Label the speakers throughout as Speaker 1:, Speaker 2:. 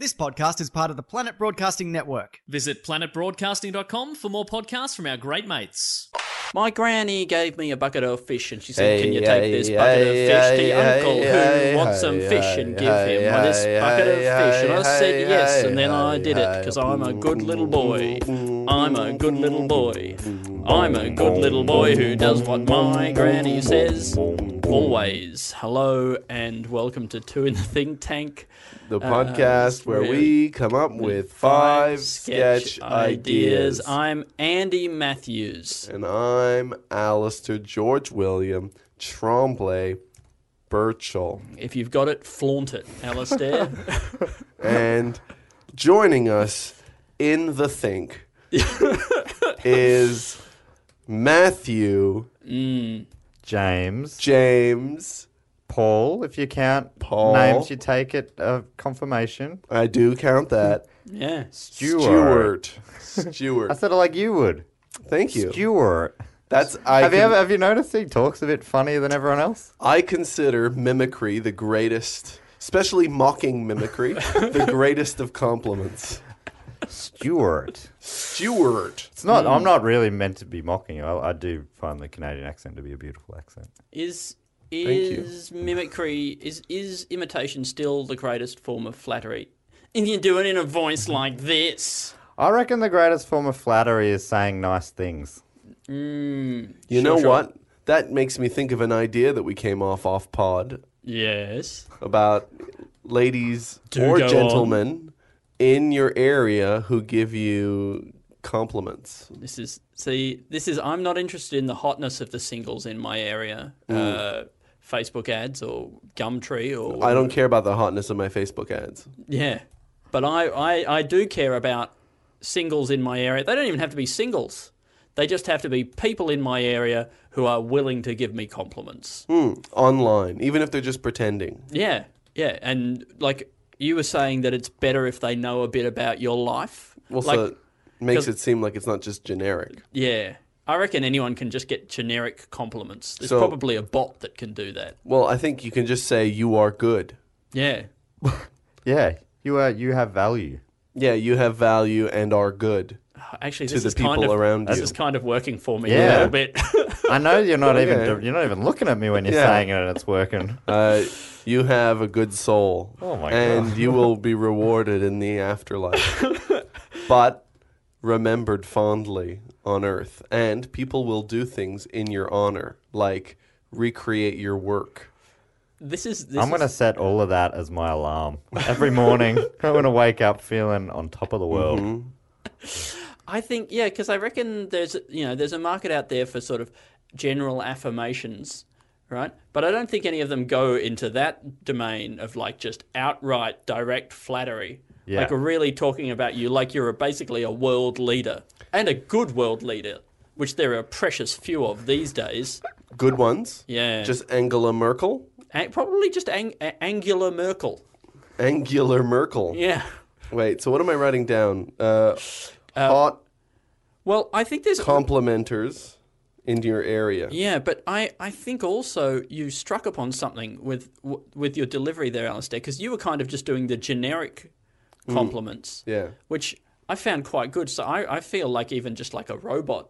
Speaker 1: This podcast is part of the Planet Broadcasting Network.
Speaker 2: Visit planetbroadcasting.com for more podcasts from our great mates.
Speaker 3: My granny gave me a bucket of fish and she said,
Speaker 4: Hey,
Speaker 3: Can you take
Speaker 4: hey,
Speaker 3: this bucket
Speaker 4: hey,
Speaker 3: of fish to your
Speaker 4: hey,
Speaker 3: uncle
Speaker 4: hey,
Speaker 3: who wants
Speaker 4: hey,
Speaker 3: some fish and
Speaker 4: hey,
Speaker 3: give him
Speaker 4: hey,
Speaker 3: this bucket of fish? And I
Speaker 4: hey, hey,
Speaker 3: said yes, and then
Speaker 4: hey,
Speaker 3: I did it
Speaker 4: hey.
Speaker 3: because I'm a good little boy. I'm a good little boy. I'm a good little boy who does what my granny says always. Hello and welcome to Two in the Think Tank.
Speaker 4: The podcast Uh, where
Speaker 3: really-
Speaker 4: we come up with five sketch ideas.
Speaker 3: I'm Andy Matthews.
Speaker 4: And I'm Alistair George William Trombley Birchall.
Speaker 3: If you've got it, flaunt it, Alistair.
Speaker 4: And joining us in the think is Matthew
Speaker 5: James,
Speaker 4: James.
Speaker 5: Paul, if you count
Speaker 4: Paul.
Speaker 5: names, you take it uh, confirmation.
Speaker 4: I do count that.
Speaker 3: yeah.
Speaker 5: Stewart.
Speaker 4: Stewart.
Speaker 5: I
Speaker 4: Stewart.
Speaker 5: said it like you would.
Speaker 4: Thank you.
Speaker 5: Stewart.
Speaker 4: That's I
Speaker 5: have you
Speaker 4: can-
Speaker 5: ever have you noticed he talks a bit funnier than everyone else?
Speaker 4: I consider mimicry the greatest, especially mocking mimicry, the greatest of compliments.
Speaker 5: Stewart.
Speaker 4: Stewart.
Speaker 5: It's not. I'm not really meant to be mocking you. I, I do find the Canadian accent to be a beautiful accent.
Speaker 3: Is
Speaker 4: you.
Speaker 3: is mimicry is is imitation still the greatest form of flattery? If you do it in a voice like this,
Speaker 5: I reckon the greatest form of flattery is saying nice things.
Speaker 4: You
Speaker 3: Sure,
Speaker 4: know
Speaker 3: sure.
Speaker 4: what? That makes me think of an idea that we came off off pod
Speaker 3: yes,
Speaker 4: about ladies
Speaker 3: Do
Speaker 4: or
Speaker 3: go on.
Speaker 4: gentlemen in your area who give you compliments.
Speaker 3: this is see this is I'm not interested in the hotness of the singles in my area,
Speaker 4: Mm.
Speaker 3: uh, Facebook ads or Gumtree or
Speaker 4: I don't care about the hotness of my Facebook ads.
Speaker 3: yeah, but I, I I do care about singles in my area. They don't even have to be singles. They just have to be people in my area who are willing to give me compliments.
Speaker 4: Hmm, online, even if they're just pretending.
Speaker 3: Yeah, yeah, and like you were saying that it's better if they know a bit about your life.
Speaker 4: Well,
Speaker 3: like,
Speaker 4: so it makes
Speaker 3: 'cause-
Speaker 4: it seem like it's not just generic.
Speaker 3: yeah, I reckon anyone can just get generic compliments. There's
Speaker 4: So-
Speaker 3: probably a bot that can do that.
Speaker 4: Well, I think you can just say you are good.
Speaker 3: Yeah,
Speaker 5: Yeah, you are. You have value.
Speaker 4: Yeah, you have value and are good.
Speaker 3: actually,
Speaker 4: To
Speaker 3: this
Speaker 4: the
Speaker 3: is kind
Speaker 4: people
Speaker 3: of,
Speaker 4: around
Speaker 3: This
Speaker 4: you.
Speaker 3: is kind of working for me
Speaker 5: Yeah.
Speaker 3: a little bit.
Speaker 5: I know you're not even.
Speaker 4: Okay.
Speaker 5: You're not even looking at me when you're
Speaker 4: Oh, Yeah.
Speaker 5: saying it, and it's working.
Speaker 4: Uh, you have a good soul.
Speaker 5: Oh my
Speaker 4: And
Speaker 5: God.
Speaker 4: you will be rewarded in the afterlife, but remembered fondly on earth. And people will do things in your honor, like recreate your work.
Speaker 3: this is this
Speaker 5: I'm going to
Speaker 3: is,
Speaker 5: set all of that as my alarm. Every morning, I'm going to wake up feeling on top of the world.
Speaker 4: Mm-hmm.
Speaker 3: I think yeah, because I reckon there's you know there's a market out there for sort of general affirmations, right? But I don't think any of them go into that domain of like just outright direct flattery.
Speaker 5: Yeah.
Speaker 3: Like really talking about you like you're a, basically a world leader and a good world leader, which there are precious few of these days.
Speaker 4: Good ones.
Speaker 3: Yeah.
Speaker 4: Just Angela Merkel.
Speaker 3: And probably just ang- a- Angela Merkel.
Speaker 4: Angular Merkel.
Speaker 3: Yeah.
Speaker 4: Wait, so what am I writing down? Uh, hot
Speaker 3: Well, I think there's
Speaker 4: complimenters in your area.
Speaker 3: Yeah, but I, I think also you struck upon something with w- with your delivery there, Alistair, because you were kind of just doing the generic compliments,
Speaker 4: Mm. Yeah.
Speaker 3: which I found quite good. So I, I feel like even just like a robot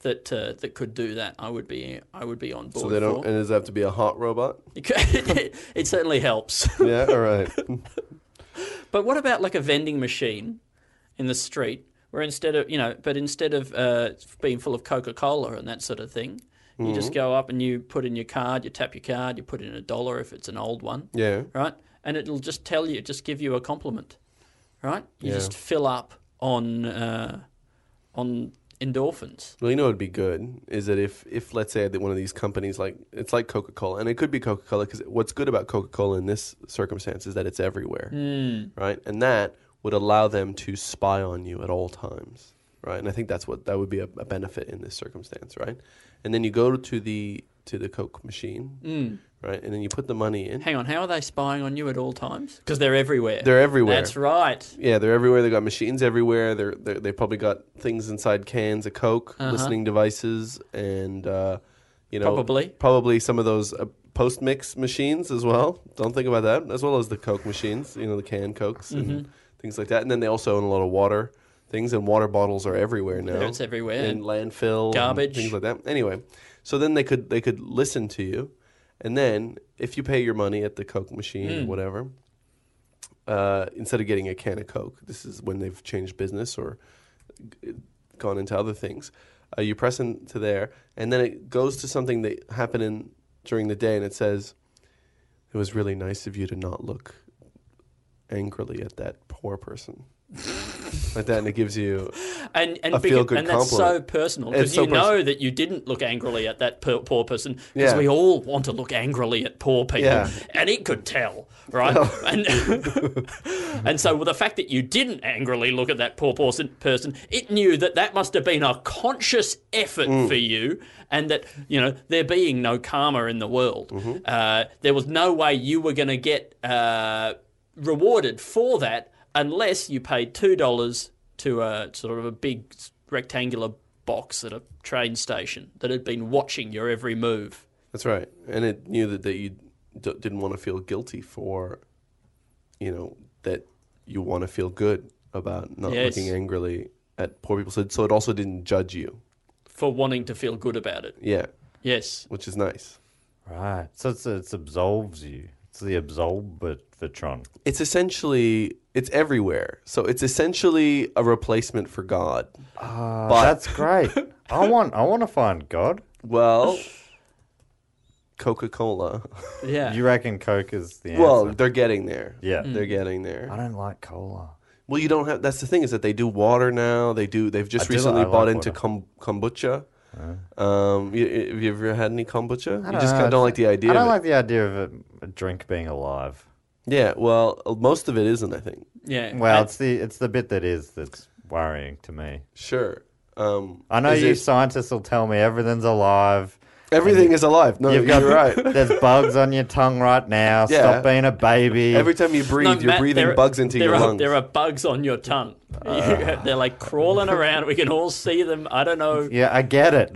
Speaker 3: that uh, that could do that, I would be I would be on board.
Speaker 4: So they don't,
Speaker 3: for.
Speaker 4: and does it have to be a hot robot?
Speaker 3: it, certainly helps.
Speaker 4: Yeah, all right.
Speaker 3: but what about like a vending machine in the street, where instead of you know, but instead of uh, being full of Coca Cola and that sort of thing. You
Speaker 4: Mm-hmm.
Speaker 3: just go up and you put in your card, you tap your card, you put in a dollar if it's an old one.
Speaker 4: Yeah.
Speaker 3: right? And it'll just tell you, just give you a compliment, right? You
Speaker 4: Yeah.
Speaker 3: just fill up on uh, on endorphins.
Speaker 4: Well, you know, it'd be good is that if, if let's say that one of these companies like it's like Coca Cola, and it could be Coca Cola because what's good about Coca Cola in this circumstance is that it's everywhere, right? And that would allow them to spy on you at all times, right? And I think that's what that would be a, a benefit in this circumstance, right? And then you go to the to the Coke machine, right? And then you put the money in.
Speaker 3: Hang on, how are they spying on you at all times? Because they're everywhere.
Speaker 4: They're everywhere.
Speaker 3: That's right.
Speaker 4: Yeah, they're everywhere. They got machines everywhere. They're, they're they probably got things inside cans of Coke,
Speaker 3: Uh-huh.
Speaker 4: listening devices, and uh, you know
Speaker 3: Probably.
Speaker 4: probably some of those uh, post mix machines as well. Don't think about that, as well as the Coke machines. You know the can Cokes
Speaker 3: Mm-hmm.
Speaker 4: and things like that. And then they also own a lot of water things, and water bottles are everywhere now.
Speaker 3: it's everywhere.
Speaker 4: in landfill, and
Speaker 3: Garbage.
Speaker 4: things like that. Anyway, so then they could they could listen to you, and then if you pay your money at the Coke machine or whatever uh, instead of getting a can of Coke, this is when they've changed business or g- gone into other things. Uh, you press into there, and then it goes to something that happened in, during the day, and it says, "It was really nice of you to not look angrily at that poor person." like that, and it gives you
Speaker 3: And and,
Speaker 4: A
Speaker 3: beca-
Speaker 4: feel-good
Speaker 3: and that's so
Speaker 4: compliment.
Speaker 3: personal
Speaker 4: It's
Speaker 3: because
Speaker 4: so
Speaker 3: you know
Speaker 4: personal.
Speaker 3: that you didn't look angrily at that per- poor person because
Speaker 4: Yeah.
Speaker 3: we all want to look angrily at poor people,
Speaker 4: Yeah.
Speaker 3: and it could tell, right? And and so with the fact that you didn't angrily look at that poor person, person, it knew that that must have been a conscious effort for you, and that you know there being no karma in the world, uh, there was no way you were going to get uh, rewarded for that unless you paid two dollars to a sort of a big rectangular box at a train station that had been watching your every move.
Speaker 4: That's right, and it knew that that you d- didn't want to feel guilty for, you know, that you want to feel good about not
Speaker 3: Yes.
Speaker 4: looking angrily at poor people. So, so it also didn't judge you.
Speaker 3: For wanting to feel good about it.
Speaker 4: Yeah,
Speaker 3: Yes.
Speaker 4: which is nice.
Speaker 5: Right. So it's, it's absolves you. It's the absolvatron.
Speaker 4: It's essentially it's everywhere. So it's essentially a replacement for God. but
Speaker 5: That's great. I want I want to find God.
Speaker 4: well, Coca Cola.
Speaker 3: Yeah.
Speaker 5: You reckon Coke is the answer?
Speaker 4: Well, they're getting there.
Speaker 5: Yeah.
Speaker 4: they're getting there.
Speaker 5: I don't like cola.
Speaker 4: Well, you don't have. That's the thing is that they do water now. They do. They've just
Speaker 5: I do-
Speaker 4: recently
Speaker 5: I
Speaker 4: bought
Speaker 5: like
Speaker 4: into
Speaker 5: water.
Speaker 4: kom- kombucha. Um, you, have you ever had any kombucha? You
Speaker 5: I
Speaker 4: just
Speaker 5: know,
Speaker 4: kind of don't
Speaker 5: I-
Speaker 4: like the idea.
Speaker 5: I don't
Speaker 4: of
Speaker 5: like the idea of a, a drink being alive.
Speaker 4: it. Yeah. Well, uh, most of it isn't. I think.
Speaker 3: yeah.
Speaker 5: Well,
Speaker 3: And-
Speaker 5: it's the it's the bit that is that's worrying to me.
Speaker 4: Sure. Um,
Speaker 5: I know
Speaker 4: is
Speaker 5: you
Speaker 4: it-
Speaker 5: scientists will tell me everything's alive.
Speaker 4: everything is alive. No, you're
Speaker 5: You've got
Speaker 4: right.
Speaker 5: There's bugs on your tongue right now.
Speaker 4: Yeah.
Speaker 5: Stop being a baby.
Speaker 4: Every time you breathe,
Speaker 3: No,
Speaker 4: you're
Speaker 3: Matt,
Speaker 4: breathing
Speaker 3: there-
Speaker 4: bugs into
Speaker 3: there
Speaker 4: your
Speaker 3: are,
Speaker 4: lungs. Ah.
Speaker 3: There are bugs on your tongue. They're like crawling around. We can all see them. I don't know.
Speaker 5: yeah, I get it.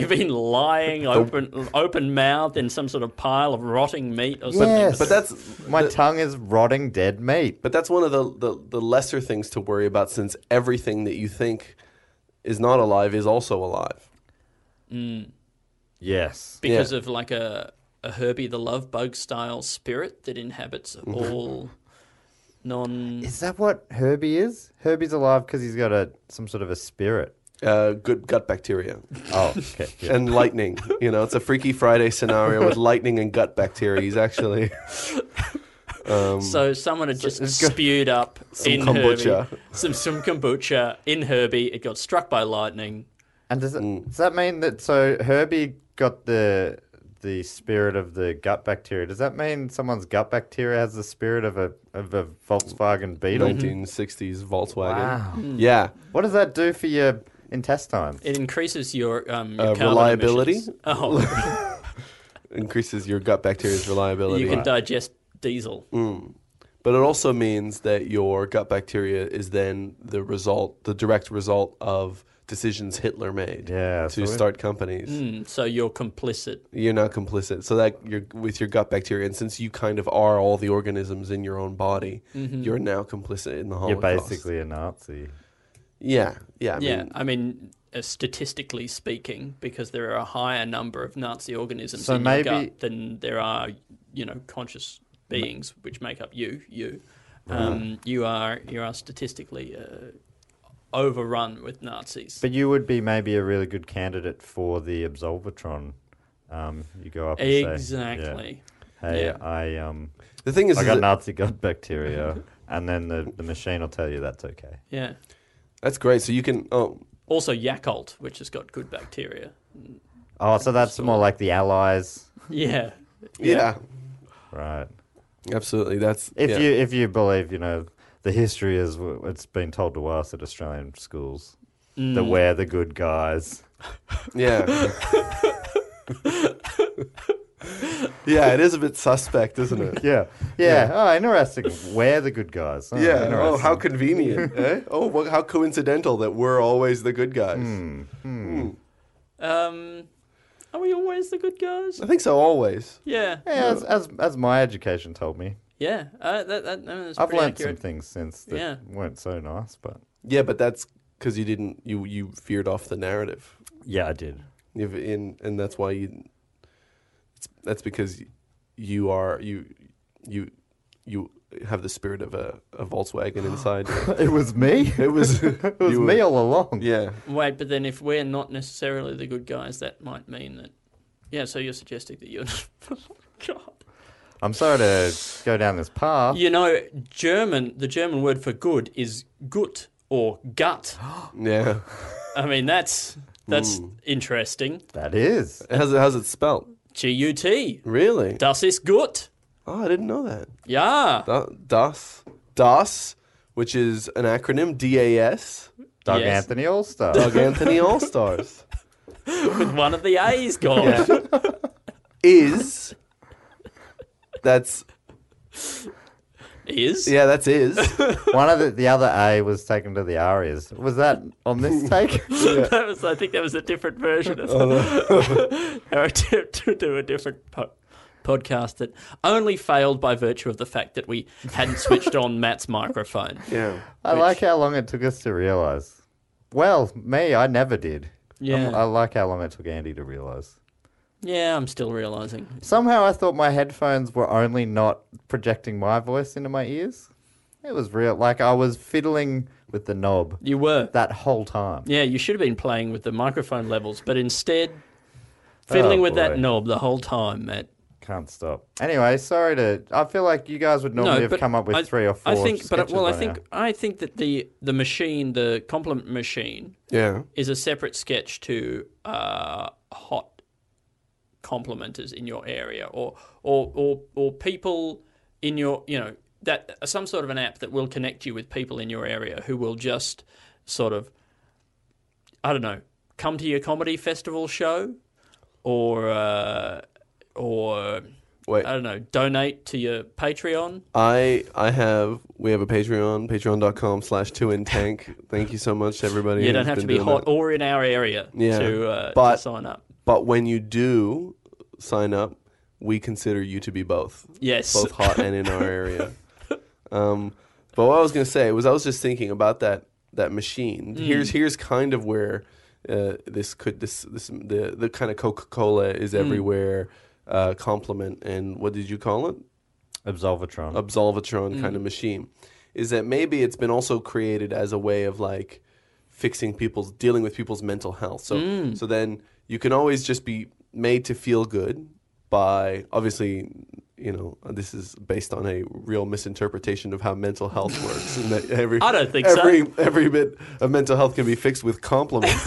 Speaker 3: You've been lying open, open mouth in some sort of pile of rotting meat or something.
Speaker 5: Yes.
Speaker 4: but that's
Speaker 5: My tongue is rotting dead meat.
Speaker 4: But that's one of the, the, the lesser things to worry about since everything that you think is not alive is also alive.
Speaker 5: Yes.
Speaker 3: because
Speaker 4: Yeah.
Speaker 3: of like a, a Herbie the Love Bug style spirit that inhabits
Speaker 4: Mm.
Speaker 3: all non.
Speaker 5: Is that what Herbie is? Herbie's alive because he's got a some sort of a spirit.
Speaker 4: Uh, good gut bacteria
Speaker 5: Oh, okay. yeah.
Speaker 4: and lightning. You know, it's a Freaky Friday scenario with lightning and gut bacteria. He's actually
Speaker 5: Mm-hmm.
Speaker 3: So someone had just spewed up in
Speaker 4: kombucha.
Speaker 3: Herbie some some kombucha in Herbie. It got struck by lightning.
Speaker 5: And does, it, does that mean that so Herbie got the the spirit of the gut bacteria? Does that mean someone's gut bacteria has the spirit of a of a Volkswagen Beetle?
Speaker 4: 1960s Volkswagen.
Speaker 5: Wow.
Speaker 4: Yeah.
Speaker 5: What does that do for your intestines?
Speaker 3: It increases your, um, your
Speaker 4: Uh,
Speaker 3: carbon
Speaker 4: reliability?
Speaker 3: emissions. Oh,
Speaker 4: Increases your gut bacteria's reliability.
Speaker 3: you can digest diesel.
Speaker 4: Mm. But it also means that your gut bacteria is then the result, the direct result of decisions Hitler made
Speaker 5: Yeah, Hmm.
Speaker 4: to
Speaker 5: so it-
Speaker 4: start companies.
Speaker 3: So you're complicit.
Speaker 4: You're not complicit. So that you're with your gut bacteria, and since you kind of are all the organisms in your own body, you're now complicit in the
Speaker 5: You're
Speaker 4: Holocaust.
Speaker 5: Mm-hmm. basically a Nazi.
Speaker 4: yeah, yeah, I
Speaker 3: yeah,
Speaker 4: mean,
Speaker 3: I mean, uh, statistically speaking, because there are a higher number of Nazi organisms
Speaker 5: So
Speaker 3: in
Speaker 5: maybe-
Speaker 3: your gut than there are, you know, conscious beings which make up you. You,
Speaker 4: Uh-huh.
Speaker 3: um, you are you are statistically uh, overrun with Nazis.
Speaker 5: But you would be maybe a really good candidate for the Absolvatron. Um, you go up and say, yeah,
Speaker 3: exactly.
Speaker 5: hey,
Speaker 3: Yeah.
Speaker 5: I um,
Speaker 4: the thing is,
Speaker 5: I
Speaker 4: is
Speaker 5: got
Speaker 4: that-
Speaker 5: Nazi gut bacteria, and then the, the machine will tell you that's okay.
Speaker 3: Yeah.
Speaker 4: that's great. So you can. Oh,
Speaker 3: Also Yakult, which has got good bacteria.
Speaker 5: Oh, so that's more like the allies,
Speaker 3: Yeah.
Speaker 4: Yeah,
Speaker 5: right?
Speaker 4: absolutely. That's
Speaker 5: If
Speaker 4: yeah.
Speaker 5: you if you believe, you know, the history is w- it's been told to us at Australian schools that
Speaker 3: Mm.
Speaker 5: we're the good guys.
Speaker 4: Yeah. yeah, it is a bit suspect, isn't it?
Speaker 5: Yeah, yeah. Oh, interesting. we're the good guys. Oh,
Speaker 4: Yeah. Oh,
Speaker 5: interesting.
Speaker 4: how convenient. eh? Oh, well, how coincidental that we're always the good guys.
Speaker 3: Um, are we always the good guys?
Speaker 4: I think so. Always.
Speaker 3: Yeah.
Speaker 5: Yeah, as, as as my education told me,
Speaker 3: Yeah. Uh, that, that, no, that's
Speaker 5: I've
Speaker 3: pretty
Speaker 5: learned
Speaker 3: accurate.
Speaker 5: some things since that
Speaker 3: Yeah.
Speaker 5: weren't so nice, but
Speaker 4: Yeah, but that's because you didn't. You you veered off the narrative.
Speaker 5: yeah, I did.
Speaker 4: You've in, and that's why you. It's, that's because you are you, you, you have the spirit of a, a Volkswagen inside. you.
Speaker 5: It was me.
Speaker 4: It was
Speaker 5: It was me all along.
Speaker 4: Yeah.
Speaker 3: Wait, but then if we're not necessarily the good guys, that might mean that. Yeah, so you're suggesting that you're. Oh, God.
Speaker 5: I'm sorry to go down this path.
Speaker 3: You know, German, the German word for good is gut or gut.
Speaker 4: Yeah.
Speaker 3: I mean, that's that's interesting.
Speaker 5: That is.
Speaker 4: How's it, how's it spelled?
Speaker 3: G U T.
Speaker 4: Really?
Speaker 3: Das ist gut.
Speaker 4: Oh, I didn't know that.
Speaker 3: Yeah.
Speaker 4: Da- DAS. DAS, which is an acronym, DAS,
Speaker 5: Doug
Speaker 3: Yes.
Speaker 5: Anthony Allstar.
Speaker 4: Doug Anthony All Stars,
Speaker 3: With one of the A's gone.
Speaker 4: is. That's.
Speaker 3: Is.
Speaker 4: Yeah, that's is.
Speaker 5: One of the, the other A was taken to the Arias. Was that on this take?
Speaker 3: that was, I think that was a different version of
Speaker 5: Oh,
Speaker 3: Or to, to do a different po- podcast that only failed by virtue of the fact that we hadn't switched on Matt's microphone.
Speaker 4: Yeah.
Speaker 5: I like how long it took us to realize. Well, me, I never did.
Speaker 3: Yeah.
Speaker 5: I'm- I like how long it took Andy to realize.
Speaker 3: Yeah, I'm still realizing.
Speaker 5: Somehow I thought my headphones were only not projecting my voice into my ears. It was real. Like I was fiddling with the knob
Speaker 3: You were.
Speaker 5: that whole time.
Speaker 3: Yeah, you should have been playing with the microphone levels, but instead fiddling
Speaker 5: Oh,
Speaker 3: with that
Speaker 5: boy.
Speaker 3: knob the whole time, Matt.
Speaker 5: Can't stop. Anyway, sorry to. I feel like you guys would normally have
Speaker 3: but
Speaker 5: come up with
Speaker 3: I-
Speaker 5: three or four.
Speaker 3: I think, but
Speaker 5: sketches
Speaker 3: well, I
Speaker 5: by
Speaker 3: think
Speaker 5: now.
Speaker 3: I think that the the machine, the compliment machine,
Speaker 4: Yeah.
Speaker 3: is a separate sketch to uh, hot complimenters in your area or or or or people in your you know that some sort of an app that will connect you with people in your area who will just sort of I don't know come to your comedy festival show or uh, or
Speaker 4: Wait.
Speaker 3: I don't know donate to your Patreon
Speaker 4: I I have we have a Patreon patreon.com slash two in tank. Thank you so much to everybody.
Speaker 3: you
Speaker 4: who's
Speaker 3: don't have
Speaker 4: been
Speaker 3: to be
Speaker 4: doing
Speaker 3: hot
Speaker 4: that.
Speaker 3: or in our area
Speaker 4: Yeah,
Speaker 3: to, uh,
Speaker 4: but-
Speaker 3: to sign up
Speaker 4: But when you do sign up, we consider you to be both.
Speaker 3: yes
Speaker 4: both hot and in our area. Um, but what I was going to say was I was just thinking about that that machine. Here's here's kind of where uh, this could this this the the kind of Coca Cola is everywhere. Uh, compliment and what did you call it?
Speaker 5: Absolvatron.
Speaker 4: Absolvatron kind
Speaker 3: Mm.
Speaker 4: of machine. Is that maybe it's been also created as a way of like fixing people's dealing with people's mental health. So
Speaker 3: Mm.
Speaker 4: so then you can always just be made to feel good by obviously you know this is based on a real misinterpretation of how mental health works and that every
Speaker 3: I don't think so.
Speaker 4: every every bit of mental health can be fixed with compliments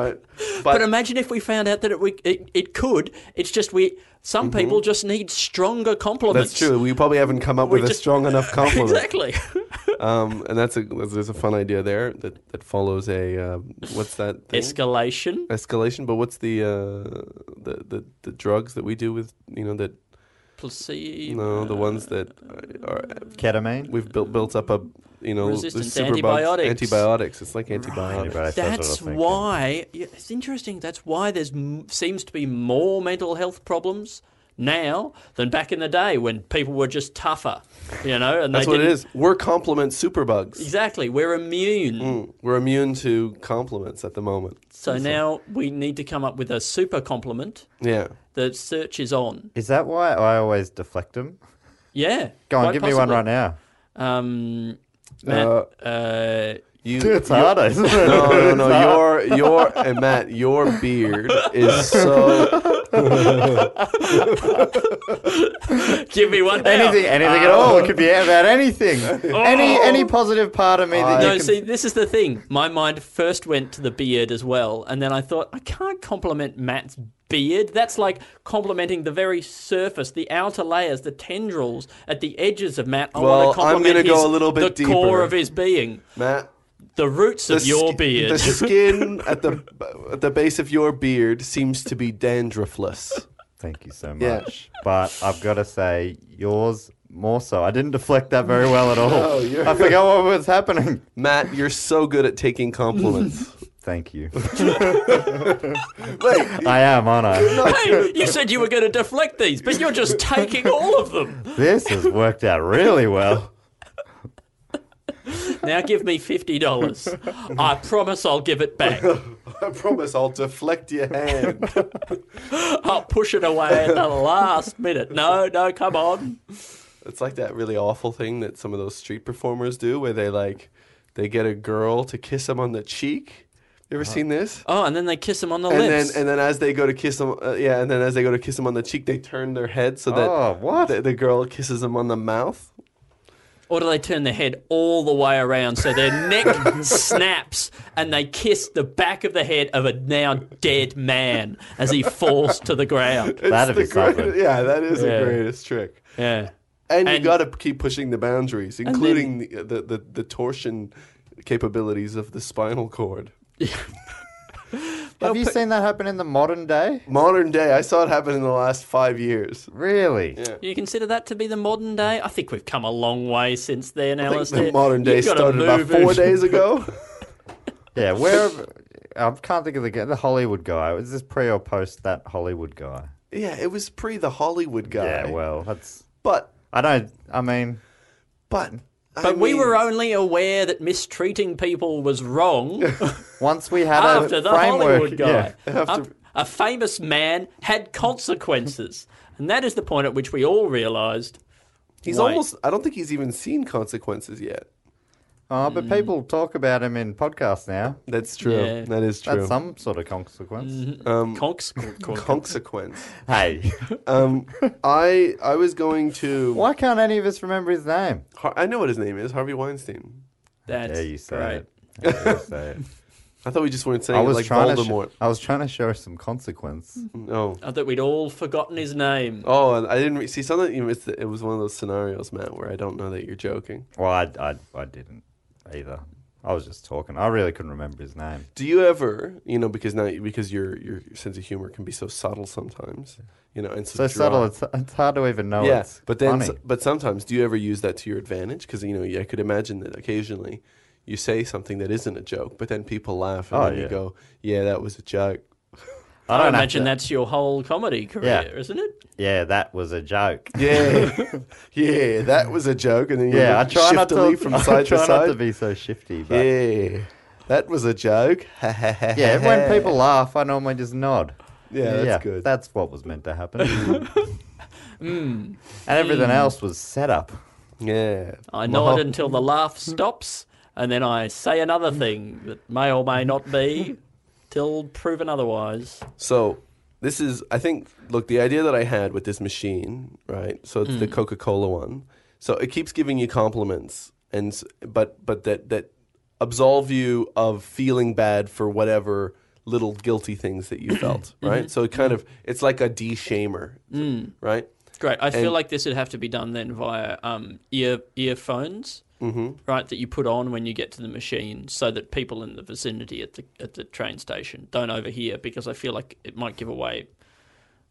Speaker 4: right Uh,
Speaker 3: But imagine if we found out that it, we, it, it could. It's just we some people just need stronger compliments.
Speaker 4: Mm-hmm. that's true we probably haven't come up with a
Speaker 3: just-
Speaker 4: strong enough compliment
Speaker 3: Exactly.
Speaker 4: Um, and that's a there's a fun idea there that, that follows a um, what's that thing?
Speaker 3: Escalation.
Speaker 4: escalation. But what's the, uh, the the the drugs that we do with you know that you
Speaker 3: Placebo.
Speaker 4: know the ones that are,
Speaker 5: Ketamine.
Speaker 4: we've built built up a you know the
Speaker 3: Resistance
Speaker 4: superbugs-
Speaker 3: antibiotics.
Speaker 4: antibiotics. It's like antibiotics.
Speaker 5: Anybody else does what I
Speaker 3: That's
Speaker 5: think.
Speaker 3: why yeah, it's interesting. That's why there's m- seems to be more mental health problems now than back in the day when people were just tougher, you know. And
Speaker 4: That's
Speaker 3: they
Speaker 4: what it
Speaker 3: didn't-
Speaker 4: is. We're compliment superbugs.
Speaker 3: Exactly. We're immune.
Speaker 4: We're immune to compliments at the moment.
Speaker 3: So now we need to come up with a super compliment.
Speaker 4: Yeah.
Speaker 3: The search is on.
Speaker 5: Is that why I always deflect them?
Speaker 3: Yeah.
Speaker 5: Go on,
Speaker 3: quite
Speaker 5: give me one
Speaker 3: possibly.
Speaker 5: right now.
Speaker 3: Um, Matt, uh,
Speaker 4: Uh, You,
Speaker 5: It's
Speaker 4: you-
Speaker 5: hard, isn't it?
Speaker 4: No, no, no. Your, your, and Matt, your beard is so.
Speaker 3: Give me one. now.
Speaker 5: Anything, anything at all.
Speaker 3: Oh.
Speaker 5: It could be about anything. Any any positive part of me that you
Speaker 3: No,
Speaker 5: can
Speaker 3: Oh. see, this is the thing. My mind first went to the beard as well, and then I thought I can't compliment Matt's beard. That's like complimenting the very surface, the outer layers, the tendrils at the edges of Matt. I
Speaker 4: Well, I'm
Speaker 3: want to compliment
Speaker 4: gonna go
Speaker 3: his-
Speaker 4: a little bit
Speaker 3: the
Speaker 4: deeper.
Speaker 3: core of his being,
Speaker 4: Matt,
Speaker 3: the roots of
Speaker 4: sk-
Speaker 3: your beard.
Speaker 4: The skin at the at the base of your beard seems to be dandruffless.
Speaker 5: Thank you so much.
Speaker 4: Yeah.
Speaker 5: But I've got to say, yours more so. I didn't deflect that very well at all. I forgot what was happening.
Speaker 4: Matt, you're so good at taking compliments.
Speaker 5: Thank you.
Speaker 4: Wait,
Speaker 5: I am, aren't I?
Speaker 3: hey, you said you were going to deflect these, but you're just taking all of them.
Speaker 5: This has worked out really well.
Speaker 3: Now give me fifty dollars. I promise I'll give it back.
Speaker 4: I promise I'll deflect your hand.
Speaker 3: I'll push it away at the last minute. No, no, come on.
Speaker 4: It's like that really awful thing that some of those street performers do where they like they get a girl to kiss them on the cheek. You ever seen this?
Speaker 3: Oh, and then they kiss him on the
Speaker 4: And then,
Speaker 3: lips.
Speaker 4: and then as they go to kiss them, uh, yeah, and then as they go to kiss them on the cheek, they turn their head so that
Speaker 5: Oh, what?
Speaker 4: The, the girl kisses them on the mouth.
Speaker 3: or do they turn their head all the way around so their neck snaps and they kiss the back of the head of a now dead man as he falls to the ground?
Speaker 5: That'd
Speaker 4: the
Speaker 5: be something.
Speaker 4: great- yeah, that is
Speaker 3: Yeah.
Speaker 4: the greatest trick.
Speaker 3: Yeah.
Speaker 4: And, you
Speaker 3: And-
Speaker 4: got to keep pushing the boundaries, including the, the, the, the torsion capabilities of the spinal cord.
Speaker 5: Have you seen that happen in the modern day?
Speaker 4: Modern day, I saw it happen in the last five years.
Speaker 5: Really?
Speaker 3: You consider that to be the modern day? I think we've come a long way since then, Alistair.
Speaker 4: The modern day
Speaker 3: You've gotta
Speaker 4: started about
Speaker 3: move
Speaker 4: four
Speaker 3: it.
Speaker 4: days ago.
Speaker 5: Yeah, where I can't think of the guy- the Hollywood guy. Was this pre or post that Hollywood guy?
Speaker 4: yeah, it was pre the Hollywood guy.
Speaker 5: Yeah, well, that's
Speaker 4: but
Speaker 5: I don't I mean,
Speaker 4: but
Speaker 3: But we were only aware that mistreating people was wrong
Speaker 5: once we had
Speaker 3: after
Speaker 5: a
Speaker 3: the
Speaker 5: framework,
Speaker 3: Hollywood guy.
Speaker 5: yeah.
Speaker 3: A, a famous man had consequences. and that is the point at which we all realised.
Speaker 4: he's
Speaker 3: Wait.
Speaker 4: almost. I don't think he's even seen consequences yet.
Speaker 5: Oh, but people talk about him in podcasts now.
Speaker 4: That's true.
Speaker 3: Yeah.
Speaker 4: That is true.
Speaker 5: That's some sort of consequence.
Speaker 3: Mm-hmm. Conks-
Speaker 4: consequence.
Speaker 5: Hey,
Speaker 4: Um, I I was going to.
Speaker 5: why can't any of us remember his name?
Speaker 4: Har- I know what his name is. Harvey Weinstein.
Speaker 3: That's
Speaker 5: There you say
Speaker 3: great.
Speaker 5: it. There you say it.
Speaker 4: I thought we just weren't saying
Speaker 5: I
Speaker 4: it
Speaker 5: was
Speaker 4: like
Speaker 5: trying
Speaker 4: Voldemort.
Speaker 5: to. Sh- I was trying to show some consequence.
Speaker 4: no.
Speaker 3: I thought we'd all forgotten his name.
Speaker 4: Oh, and I didn't re- see something. You missed it. it was one of those scenarios, Matt, where I don't know that you're joking.
Speaker 5: Well, I, I, I didn't either. I was just talking. I really couldn't remember his name.
Speaker 4: Do you ever, you know, because now because your your sense of humor can be so subtle sometimes, you know, and so,
Speaker 5: So subtle.
Speaker 4: dry.
Speaker 5: It's, it's hard to even know.
Speaker 4: yeah,
Speaker 5: it's
Speaker 4: but then,
Speaker 5: funny.
Speaker 4: but sometimes, do you ever use that to your advantage? Because you know, I could imagine that occasionally, you say something that isn't a joke, but then people laugh, and
Speaker 5: Oh,
Speaker 4: then you
Speaker 5: yeah.
Speaker 4: go, "Yeah, that was a joke."
Speaker 3: I,
Speaker 5: don't have
Speaker 3: imagine
Speaker 5: to-
Speaker 3: that's your whole comedy career,
Speaker 5: Yeah.
Speaker 3: isn't it?
Speaker 5: yeah, that was a joke.
Speaker 4: Yeah, yeah, that was a joke, and then you
Speaker 5: Yeah, I try not
Speaker 4: shiftily
Speaker 5: to.
Speaker 4: from
Speaker 5: I
Speaker 4: side
Speaker 5: try
Speaker 4: to
Speaker 5: not to
Speaker 4: side.
Speaker 5: be so shifty. But yeah,
Speaker 4: Yeah, that was a joke.
Speaker 5: when people laugh, I normally just nod.
Speaker 4: yeah, that's
Speaker 5: yeah,
Speaker 4: good.
Speaker 5: That's what was meant to happen. And everything
Speaker 4: Mm.
Speaker 5: else was set up.
Speaker 4: yeah,
Speaker 3: I nod until the laugh stops, and then I say another thing that may or may not be, till proven otherwise.
Speaker 4: So this is, I think, look, the idea that I had with this machine, right? So it's
Speaker 3: Hmm.
Speaker 4: the Coca Cola one. So it keeps giving you compliments, and s- but but that that absolve you of feeling bad for whatever little guilty things that you felt,
Speaker 3: Mm-hmm.
Speaker 4: right? So it kind of it's like a de-shamer,
Speaker 3: Mm.
Speaker 4: right?
Speaker 3: Great. I feel
Speaker 4: And-
Speaker 3: like this would have to be done then via um, ear earphones, right? That you put on when you get to the machine, so that people in the vicinity at the at the train station don't overhear, because I feel like it might give away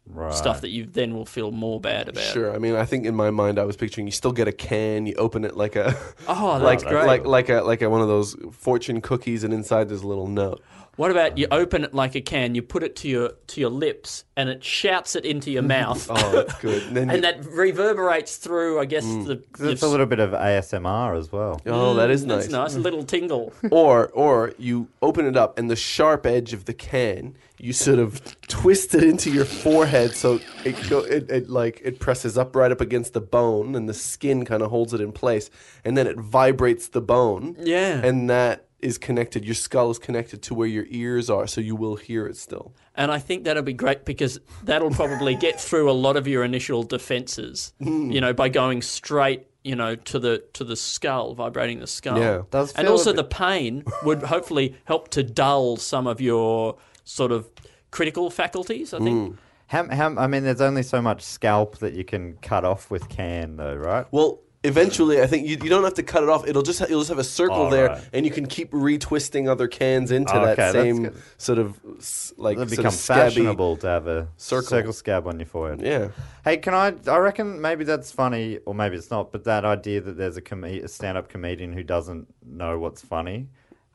Speaker 5: Right.
Speaker 3: stuff that you then will feel more bad about.
Speaker 4: Sure. I mean, I think in my mind, I was picturing you still get a can, you open it like a,
Speaker 3: Oh,
Speaker 4: like
Speaker 3: that's great.
Speaker 4: like like a like a, one of those fortune cookies, and inside there's a little note.
Speaker 3: What about you open it like a can, you put it to your to your lips, and it shouts it into your mouth,
Speaker 4: Oh, that's good. And, then you-
Speaker 3: and that reverberates through. I guess the
Speaker 5: It's a little bit of ASMR as well.
Speaker 4: Oh, that is
Speaker 3: Mm, that's nice, a little tingle.
Speaker 4: or or you open it up and the sharp edge of the can you sort of twist it into your forehead so it go it, it like it presses up right up against the bone and the skin kind of holds it in place and then it vibrates the bone
Speaker 3: Yeah.
Speaker 4: and that is connected. Your skull is connected to where your ears are, so you will hear it still.
Speaker 3: And I think that'll be great because that'll probably get through a lot of your initial defenses,
Speaker 5: Hmm.
Speaker 3: you know, by going straight, you know, to the to the skull, vibrating the skull.
Speaker 4: Yeah.
Speaker 5: Does
Speaker 3: and
Speaker 5: feel
Speaker 3: also
Speaker 5: a
Speaker 3: the
Speaker 5: bit-
Speaker 3: pain would hopefully help to dull some of your sort of critical faculties, I think.
Speaker 5: How, how, I mean, there's only so much scalp that you can cut off with can, though, right?
Speaker 4: Well, eventually, I think you, you don't have to cut it off. It'll just you'll just have a circle
Speaker 5: All
Speaker 4: there,
Speaker 5: right.
Speaker 4: and you can keep retwisting other cans into
Speaker 5: Okay,
Speaker 4: that
Speaker 5: that's
Speaker 4: same
Speaker 5: good.
Speaker 4: sort of s- like
Speaker 5: It'll
Speaker 4: sort of
Speaker 5: become
Speaker 4: scabby-
Speaker 5: fashionable to have a
Speaker 4: circle.
Speaker 5: circle scab on your forehead.
Speaker 4: Yeah.
Speaker 5: Hey, can I? I reckon maybe that's funny, or maybe it's not. But that idea that there's a, com- a stand-up comedian who doesn't know what's funny,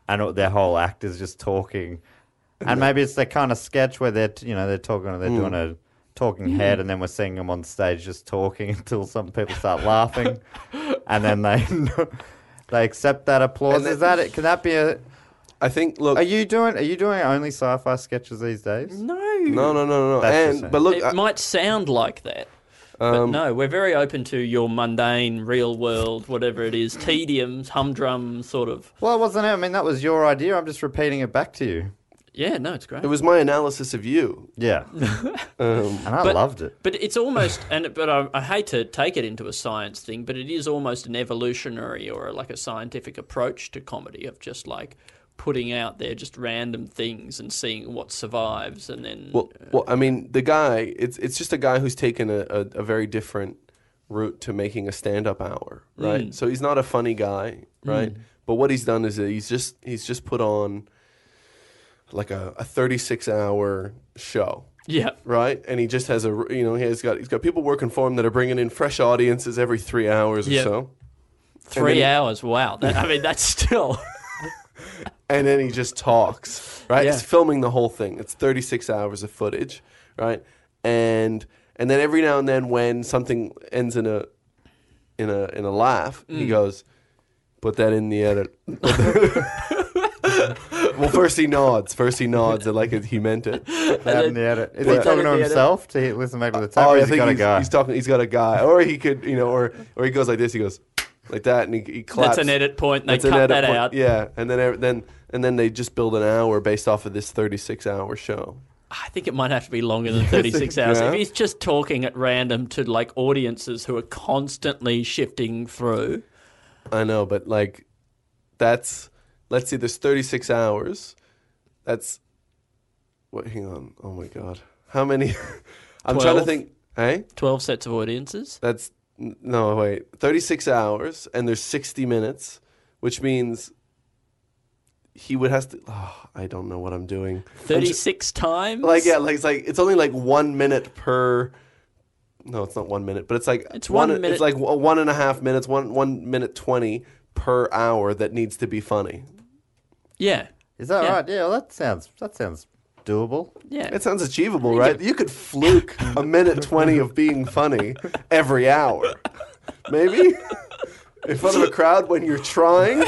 Speaker 5: and their whole act is just talking, and maybe it's that kind of sketch where they're t- you know they're talking, they're doing
Speaker 4: Hmm.
Speaker 5: a talking head, and then we're seeing them on stage just talking until some people start laughing, and then they they accept that applause.
Speaker 4: And
Speaker 5: Is
Speaker 4: then-
Speaker 5: that it? Can that be a?
Speaker 4: I think. Look,
Speaker 5: Are you doing? Are you doing only sci-fi sketches these days?
Speaker 4: Mm. no, no, no, no, no.
Speaker 5: That's the
Speaker 4: And
Speaker 5: same.
Speaker 4: but look,
Speaker 3: It
Speaker 4: I-
Speaker 3: might sound like that. But
Speaker 5: Um,
Speaker 3: no, we're very open to your mundane, real world, whatever it is, tediums, humdrum sort of.
Speaker 5: Well, it wasn't it? I mean, that was your idea. I'm just repeating it back to you.
Speaker 3: Yeah, no, it's great.
Speaker 4: it was my analysis of you.
Speaker 5: Yeah.
Speaker 4: Um,
Speaker 5: and I loved it.
Speaker 3: But it's almost, and but I, I hate to take it into a science thing, but it is almost an evolutionary or like a scientific approach to comedy of just like putting out there just random things and seeing what survives, and then
Speaker 4: Well, well, I mean, the guy. It's it's just a guy who's taken a, a, a very different route to making a stand-up hour, right? So he's not a funny guy, right? But what he's done is that he's just he's just put on like a, a 36 hour show
Speaker 3: yeah,
Speaker 4: right? And he just has a you know he's got he's got people working for him that are bringing in fresh audiences every three hours or
Speaker 3: Yeah.
Speaker 4: so,
Speaker 3: three
Speaker 4: then-
Speaker 3: hours. Wow, that, I mean that's still
Speaker 4: and then he just talks, right?
Speaker 3: Yeah.
Speaker 4: He's filming the whole thing. It's thirty six hours of footage, right? And and then every now and then when something ends in a in a in a laugh, he
Speaker 3: Mm.
Speaker 4: goes, "Put that in the edit." well, first he nods. First he nods, and like he meant it.
Speaker 5: That in the edit. Is
Speaker 3: Well,
Speaker 5: he talking
Speaker 3: that
Speaker 5: to
Speaker 3: in the
Speaker 5: himself to he- listen back to the tape?
Speaker 4: Oh,
Speaker 5: or
Speaker 4: I
Speaker 5: has he
Speaker 4: think
Speaker 5: got a
Speaker 4: he's,
Speaker 5: guy?
Speaker 4: he's talking. He's got a guy, or he could, you know, or or he goes like this. He goes like that, and he, he claps.
Speaker 3: an edit point, and they
Speaker 4: That's an
Speaker 3: cut
Speaker 4: edit
Speaker 3: that
Speaker 4: point,
Speaker 3: out.
Speaker 4: Yeah, and then ev- then and then they just build an hour based off of this thirty-six hour show.
Speaker 3: I think it might have to be longer than 36 hours.
Speaker 4: Yeah.
Speaker 3: If he's just talking at random to like audiences who are constantly shifting through,
Speaker 4: I know, but like, that's let's see. There's thirty-six hours. That's what? Hang on. Oh my god. How many? I'm trying to
Speaker 3: Twelve?
Speaker 4: think. Hey,
Speaker 3: 12 sets of audiences.
Speaker 4: that's n- no wait. Thirty-six hours, and there's sixty minutes, which means. He would have to. Oh, I don't know what I'm doing.
Speaker 3: 36 times?
Speaker 4: like yeah like it's like it's only like one minute per no it's not one minute but it's like
Speaker 3: It's one minute-
Speaker 4: it's like w- one and a half minutes one one minute 20 per hour that needs to be funny
Speaker 3: Yeah.
Speaker 5: Is that
Speaker 3: Yeah.
Speaker 5: right? Yeah, well, that sounds that sounds doable.
Speaker 3: Yeah.
Speaker 4: it sounds achievable right you could fluke a minute 20 of being funny every hour maybe in front of a crowd when you're trying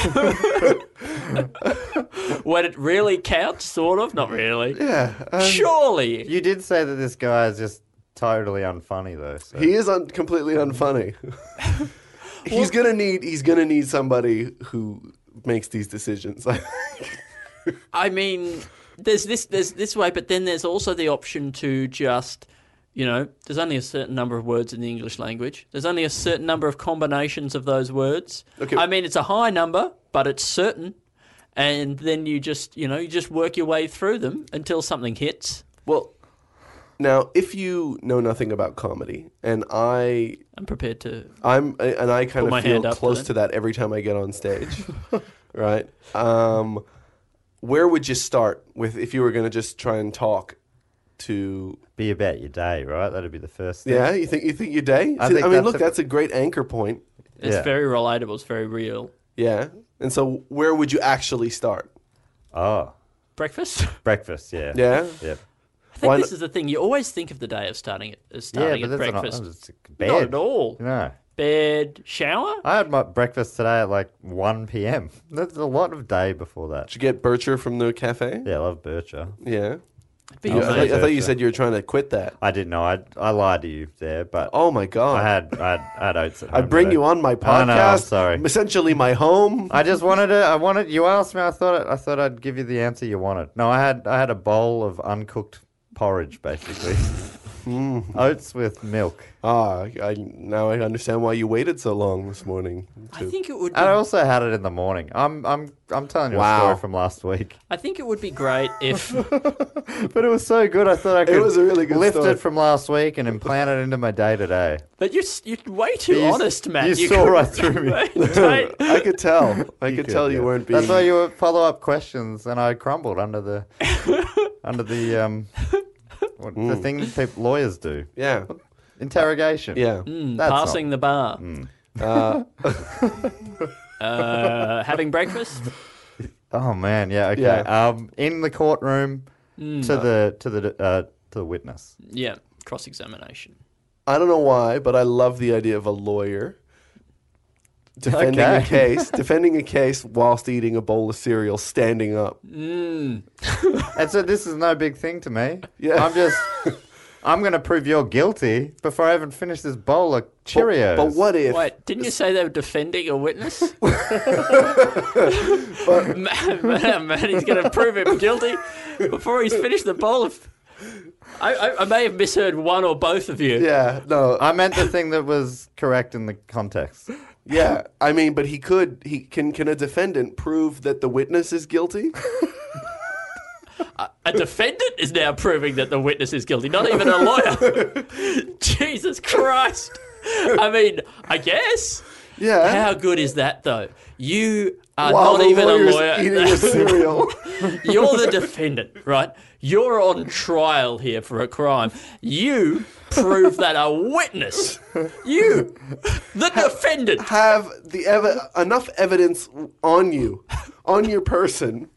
Speaker 3: When it really counts, sort of. Not really.
Speaker 4: yeah
Speaker 5: um,
Speaker 4: uh,
Speaker 3: Surely.
Speaker 5: You did say that this guy is just totally unfunny, though. So.
Speaker 4: he is un- completely unfunny he's gonna need he's gonna need somebody who makes these decisions
Speaker 3: I mean, there's this there's this way, but then there's also the option to just, you know, there's only a certain number of words in the English language. There's only a certain number of combinations of those words.
Speaker 4: Okay.
Speaker 3: I mean, it's a high number, but it's certain. And then you just, you know, you just work your way through them until something hits.
Speaker 4: Well, now if you know nothing about comedy, and I,
Speaker 3: I'm prepared to.
Speaker 4: I'm, and I kind
Speaker 3: Put my
Speaker 4: of feel
Speaker 3: hand up to
Speaker 4: close
Speaker 3: that.
Speaker 4: to that every time I get on stage, right? Um, where would you start with if you were going to just try and talk to?
Speaker 5: Be about your day, right? That'd be the first. Thing.
Speaker 4: Yeah, you think you think your day?
Speaker 5: I
Speaker 4: See,
Speaker 5: think
Speaker 4: I mean,
Speaker 5: that's
Speaker 4: look,
Speaker 5: a-
Speaker 4: that's a great anchor point.
Speaker 3: It's
Speaker 5: Yeah.
Speaker 3: very relatable. It's very real.
Speaker 4: Yeah, and so where would you actually start?
Speaker 5: Oh,
Speaker 3: Breakfast.
Speaker 5: breakfast. Yeah.
Speaker 4: Yeah,
Speaker 5: Yep.
Speaker 3: I think
Speaker 4: Why
Speaker 3: this
Speaker 4: not-
Speaker 3: is the thing. You always think of the day of starting it as
Speaker 5: Yeah,
Speaker 3: starting
Speaker 5: but
Speaker 3: at
Speaker 5: that's
Speaker 3: breakfast.
Speaker 5: not. That's bad.
Speaker 3: Not at all.
Speaker 5: No.
Speaker 3: Bed, shower.
Speaker 5: I had my breakfast today at like 1 p.m. That's a lot of day before that.
Speaker 4: Did you get Bircher from the cafe?
Speaker 5: Yeah, I love Bircher.
Speaker 4: Yeah.
Speaker 3: It'd be
Speaker 4: You- I, thought,
Speaker 3: amazing.
Speaker 4: I thought you said you were trying to quit that.
Speaker 5: I didn't know. I I lied to you there, but
Speaker 4: Oh my god!
Speaker 5: I had I had, I had oats. At
Speaker 4: I
Speaker 5: home
Speaker 4: bring
Speaker 5: today.
Speaker 4: you on my
Speaker 5: I
Speaker 4: podcast.
Speaker 5: know, I'm sorry.
Speaker 4: Essentially, my home.
Speaker 5: I just wanted to. I wanted you asked me. I thought I thought I'd give you the answer you wanted. No, I had I had a bowl of uncooked porridge basically, oats with milk.
Speaker 4: Ah, I, now I understand why you waited so long this morning.
Speaker 3: I
Speaker 4: to-
Speaker 3: think it would. Be,
Speaker 5: And I also had it in the morning. I'm I'm I'm telling you
Speaker 4: Wow.
Speaker 5: a story from last week,
Speaker 3: I think it would be great if
Speaker 5: but it was so good. I thought I could
Speaker 4: was a really good
Speaker 5: lift
Speaker 4: story.
Speaker 5: it from last week and implant it into my day to day.
Speaker 3: But you're, s- you're way too
Speaker 5: you s-
Speaker 3: honest, Matt.
Speaker 5: you saw
Speaker 3: couldn't-
Speaker 5: right through me.
Speaker 3: Right?
Speaker 4: I could tell. I could, tell you weren't being.
Speaker 5: That's why you were follow up questions, and I crumbled under the under the um what, the
Speaker 4: Mm.
Speaker 5: thing that peop- lawyers do
Speaker 4: Yeah,
Speaker 5: interrogation.
Speaker 4: yeah.
Speaker 3: Hmm.
Speaker 5: That's not- Hmm.
Speaker 3: Passing the bar. Uh, having breakfast.
Speaker 5: Oh man, yeah, okay.
Speaker 4: Yeah. Mm,
Speaker 5: Um, in the courtroom to the to the uh, to the witness.
Speaker 3: Yeah, cross examination.
Speaker 4: I don't know why, but I love the idea of a lawyer defending a
Speaker 5: Okay.
Speaker 4: case, defending a case whilst eating a bowl of cereal, standing up.
Speaker 5: And so this is no big thing to me.
Speaker 4: Yeah.
Speaker 5: I'm just I'm gonna prove you're guilty before I even finish this bowl of Cheerios.
Speaker 4: But what if?
Speaker 3: Wait, didn't you say they were defending a witness? man, man, man, he's going to prove him guilty before he's finished the bowl of. I, I, I may have misheard one or both of you.
Speaker 4: Yeah, no,
Speaker 5: I meant the thing that was correct in the context.
Speaker 4: yeah. I mean, but he could. He can. Can a defendant prove that the witness is guilty?
Speaker 3: A defendant is now proving that the witness is guilty, not even a lawyer. Jesus Christ. I mean, I guess.
Speaker 4: Yeah.
Speaker 3: How good is that, though? You are
Speaker 4: While
Speaker 3: not
Speaker 4: the
Speaker 3: even a
Speaker 4: lawyer's
Speaker 3: lawyer.
Speaker 4: eating a cereal.
Speaker 3: You're the defendant, right? You're on trial here for a crime. You prove that a witness, you, the defendant,
Speaker 4: have the ev- enough evidence on you, on your person,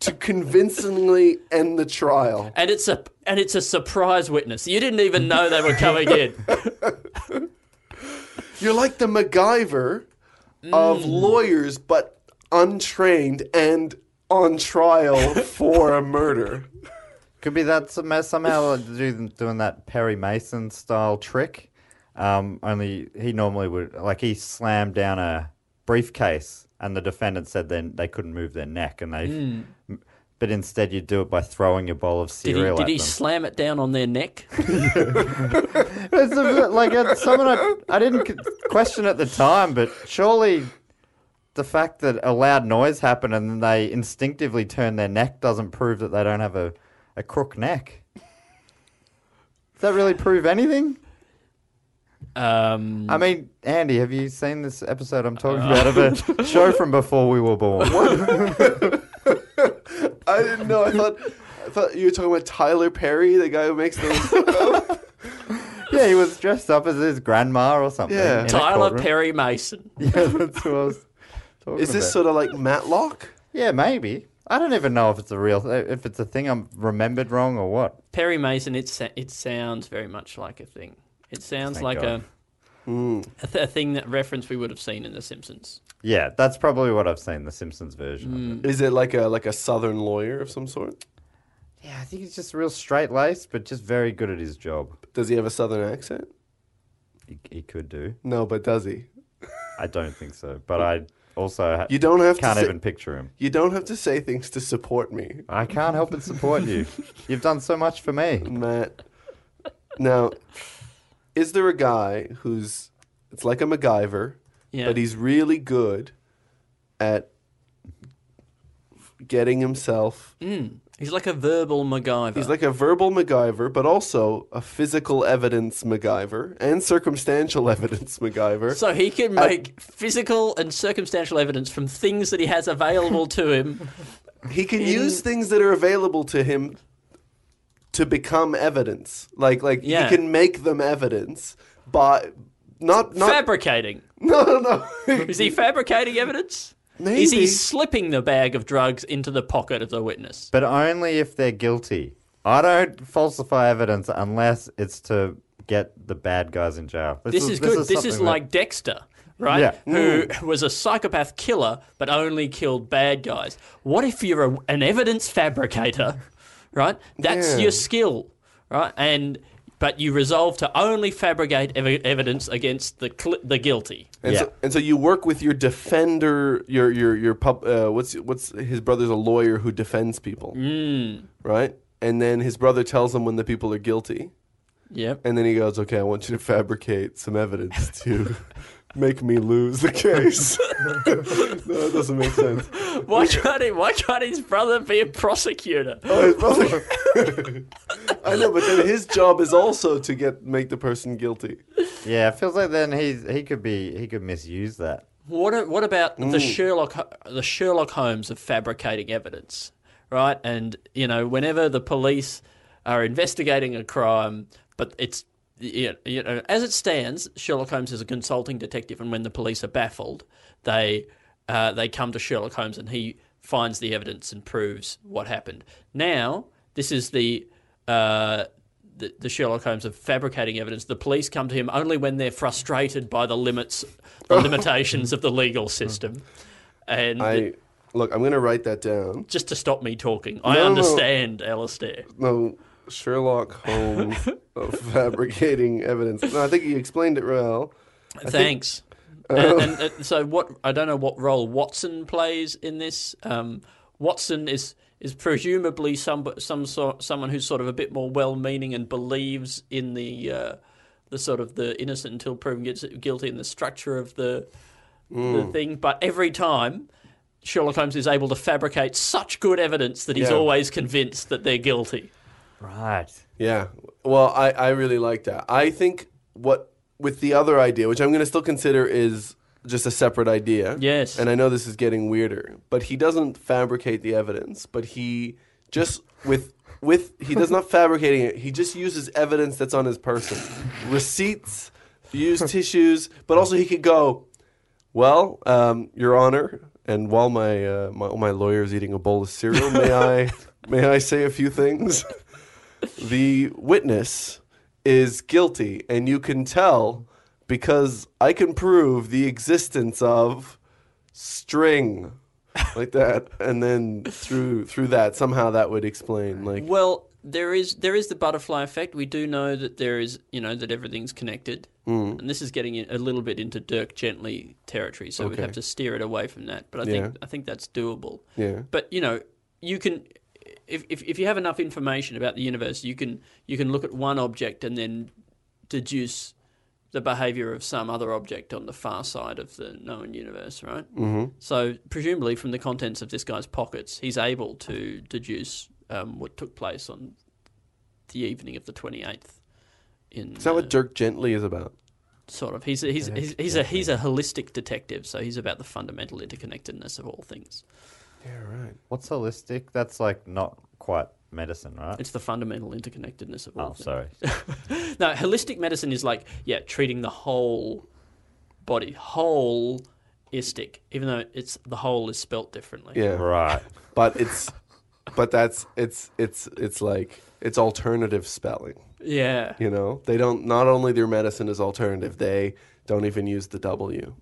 Speaker 4: to convincingly end the trial.
Speaker 3: and it's a and it's a surprise witness. You didn't even know they were coming in.
Speaker 4: You're like the MacGyver
Speaker 5: Mm.
Speaker 4: of lawyers, but untrained and on trial for a murder.
Speaker 5: Could be that some- somehow do- doing that Perry Mason style trick. Um, only he normally would like he slammed down a briefcase, and the defendant said then they couldn't move their neck, and they. m- But instead, you do it by throwing a bowl of
Speaker 3: Hmm. Did he,
Speaker 5: cereal
Speaker 3: did he
Speaker 5: at
Speaker 3: slam it down on their neck?
Speaker 5: them. It's a bit like it's someone I, I didn't c- question at the time, but surely the fact that a loud noise happened and then they instinctively turn their neck doesn't prove that they don't have a, a crook neck. Does that really prove anything?
Speaker 3: Um,
Speaker 5: I mean, Andy, have you seen this episode I'm talking about of a show from before we were born?
Speaker 4: I didn't know. I thought, I thought you were talking about Tyler Perry, the guy who makes those.
Speaker 5: Yeah, he was dressed up as his grandma or something.
Speaker 4: Yeah.
Speaker 5: in a
Speaker 3: Tyler
Speaker 5: courtroom.
Speaker 3: Perry Mason.
Speaker 5: Yeah, that's what I was talking
Speaker 4: Is this
Speaker 5: about.
Speaker 4: sort of like Matlock?
Speaker 5: Yeah, maybe. I don't even know if it's a real, if it's a thing I'm remembered wrong or what.
Speaker 3: Perry Mason. It sa- it sounds very much like a thing. It sounds
Speaker 5: Thank
Speaker 3: like
Speaker 5: God.
Speaker 3: a a, th- a thing that reference we would have seen in The Simpsons.
Speaker 5: Yeah, that's probably what I've seen the Simpsons version. Of it.
Speaker 4: Is it like a like a Southern lawyer of some sort?
Speaker 5: Yeah, I think he's just real straight laced, but just very good at his job.
Speaker 4: Does he have a Southern accent?
Speaker 5: He, he could do.
Speaker 4: No, but does he?
Speaker 5: I don't think so, but I also ha-
Speaker 4: You don't have
Speaker 5: can't
Speaker 4: to. say-
Speaker 5: even picture him.
Speaker 4: You don't have to say things to support me,
Speaker 5: I can't help but support you. You've done so much for me.
Speaker 4: Matt. Now, is there a guy who's it's like a MacGyver,
Speaker 3: Yeah.
Speaker 4: but he's really good at getting himself.
Speaker 3: Mm. He's like a verbal MacGyver.
Speaker 4: He's like a verbal MacGyver, but also a physical evidence MacGyver and circumstantial evidence MacGyver.
Speaker 3: So he can make physical and circumstantial evidence from things that he has available to him.
Speaker 4: he can use things that are available to him to become evidence. Like like
Speaker 3: Yeah.
Speaker 4: he can make them evidence by not not
Speaker 3: fabricating.
Speaker 4: no no no.
Speaker 3: Is he fabricating evidence? Is
Speaker 4: Maybe.
Speaker 3: he slipping the bag of drugs into the pocket of the witness?
Speaker 5: But only if they're guilty. I don't falsify evidence unless it's to get the bad guys in jail.
Speaker 3: This is good. This is
Speaker 5: something that-
Speaker 3: like Dexter, right?
Speaker 5: Yeah.
Speaker 3: Who was a psychopath killer but only killed bad guys. What if you're a, an evidence fabricator, right? That's
Speaker 4: Yeah.
Speaker 3: your skill, right? And but you resolve to only fabricate ev- evidence against the cl- the guilty.
Speaker 4: And,
Speaker 5: Yeah.
Speaker 4: so, and so you work with your defender, your your your pub. Uh, what's what's his brother's a lawyer who defends people, right? And then his brother tells him when the people are guilty,
Speaker 3: Yep.
Speaker 4: and then he goes, "Okay, I want you to fabricate some evidence to make me lose the case." no, it doesn't make sense.
Speaker 3: Why can't he, Why can't his brother be a prosecutor?
Speaker 4: Oh, his brother. I know, but then his job is also to get make the person guilty.
Speaker 5: Yeah, it feels like then he's he could be he could misuse that.
Speaker 3: What a- what about the Sherlock Ho- the Sherlock Holmes of fabricating evidence, right? And you know, whenever the police are investigating a crime, but it's you you know, as it stands, Sherlock Holmes is a consulting detective, and when the police are baffled, they uh, they come to Sherlock Holmes, and he finds the evidence and proves what happened. Now, this is the uh, the, the Sherlock Holmes of fabricating evidence. The police come to him only when they're frustrated by the limits, the limitations of the legal system, and
Speaker 4: I look. I'm gonna write that down.
Speaker 3: just to stop me talking, I
Speaker 4: No, no.
Speaker 3: understand, Alistair.
Speaker 4: no Sherlock Holmes of fabricating evidence. No, I think he explained it well.
Speaker 3: Thanks. and, and, uh, so what? I don't know what role Watson plays in this. Um, Watson is is presumably some some sort someone who's sort of a bit more well-meaning and believes in the uh, the sort of the innocent until proven gu- guilty and the structure of the the thing. But every time. Sherlock Holmes is able to fabricate such good evidence that he's
Speaker 4: Yeah.
Speaker 3: always convinced that they're guilty.
Speaker 5: Right.
Speaker 4: Yeah. Well, I, I really like that. I think what with the other idea, which I'm going to still consider is just a separate idea.
Speaker 3: Yes.
Speaker 4: And I know this is getting weirder, but he doesn't fabricate the evidence, but he just with with he does not fabricating it. He just uses evidence that's on his person. Receipts, used tissues, but also he could go, "Well, um, your honor, and while my uh, my my lawyer is eating a bowl of cereal, may I may I say a few things?" the witness is guilty, and you can tell because I can prove the existence of string like that, and then through through that somehow that would explain like
Speaker 3: Well, there is there is the butterfly effect. We do know that there is you know that everything's connected,
Speaker 4: Mm.
Speaker 3: and this is getting a little bit into Dirk Gently territory. So we'd
Speaker 4: Okay.
Speaker 3: have to steer it away from that. But I
Speaker 4: Yeah.
Speaker 3: think I think that's doable.
Speaker 4: Yeah.
Speaker 3: But you know, you can. If, if, if you have enough information about the universe, you can you can look at one object and then deduce the behavior of some other object on the far side of the known universe, right? Mm-hmm. So, presumably, from the contents of this guy's pockets, he's able to deduce um, what took place on the evening of the 28th. In
Speaker 4: is that
Speaker 3: uh,
Speaker 4: what Dirk Gently is about?
Speaker 3: sort of he's a, he's he's, he's a he's a holistic detective, so he's about the fundamental interconnectedness of all things.
Speaker 4: Yeah, right.
Speaker 5: What's holistic? That's like not quite medicine, right?
Speaker 3: It's the fundamental interconnectedness of all.
Speaker 5: oh,
Speaker 3: things.
Speaker 5: sorry.
Speaker 3: No, holistic medicine is like yeah, treating the whole body, holistic. Even though it's the whole is spelt differently.
Speaker 4: Yeah,
Speaker 5: right.
Speaker 4: but it's but that's it's it's it's like it's alternative spelling.
Speaker 3: Yeah.
Speaker 4: You know, they don't. Not only their medicine is alternative, they don't even use the W.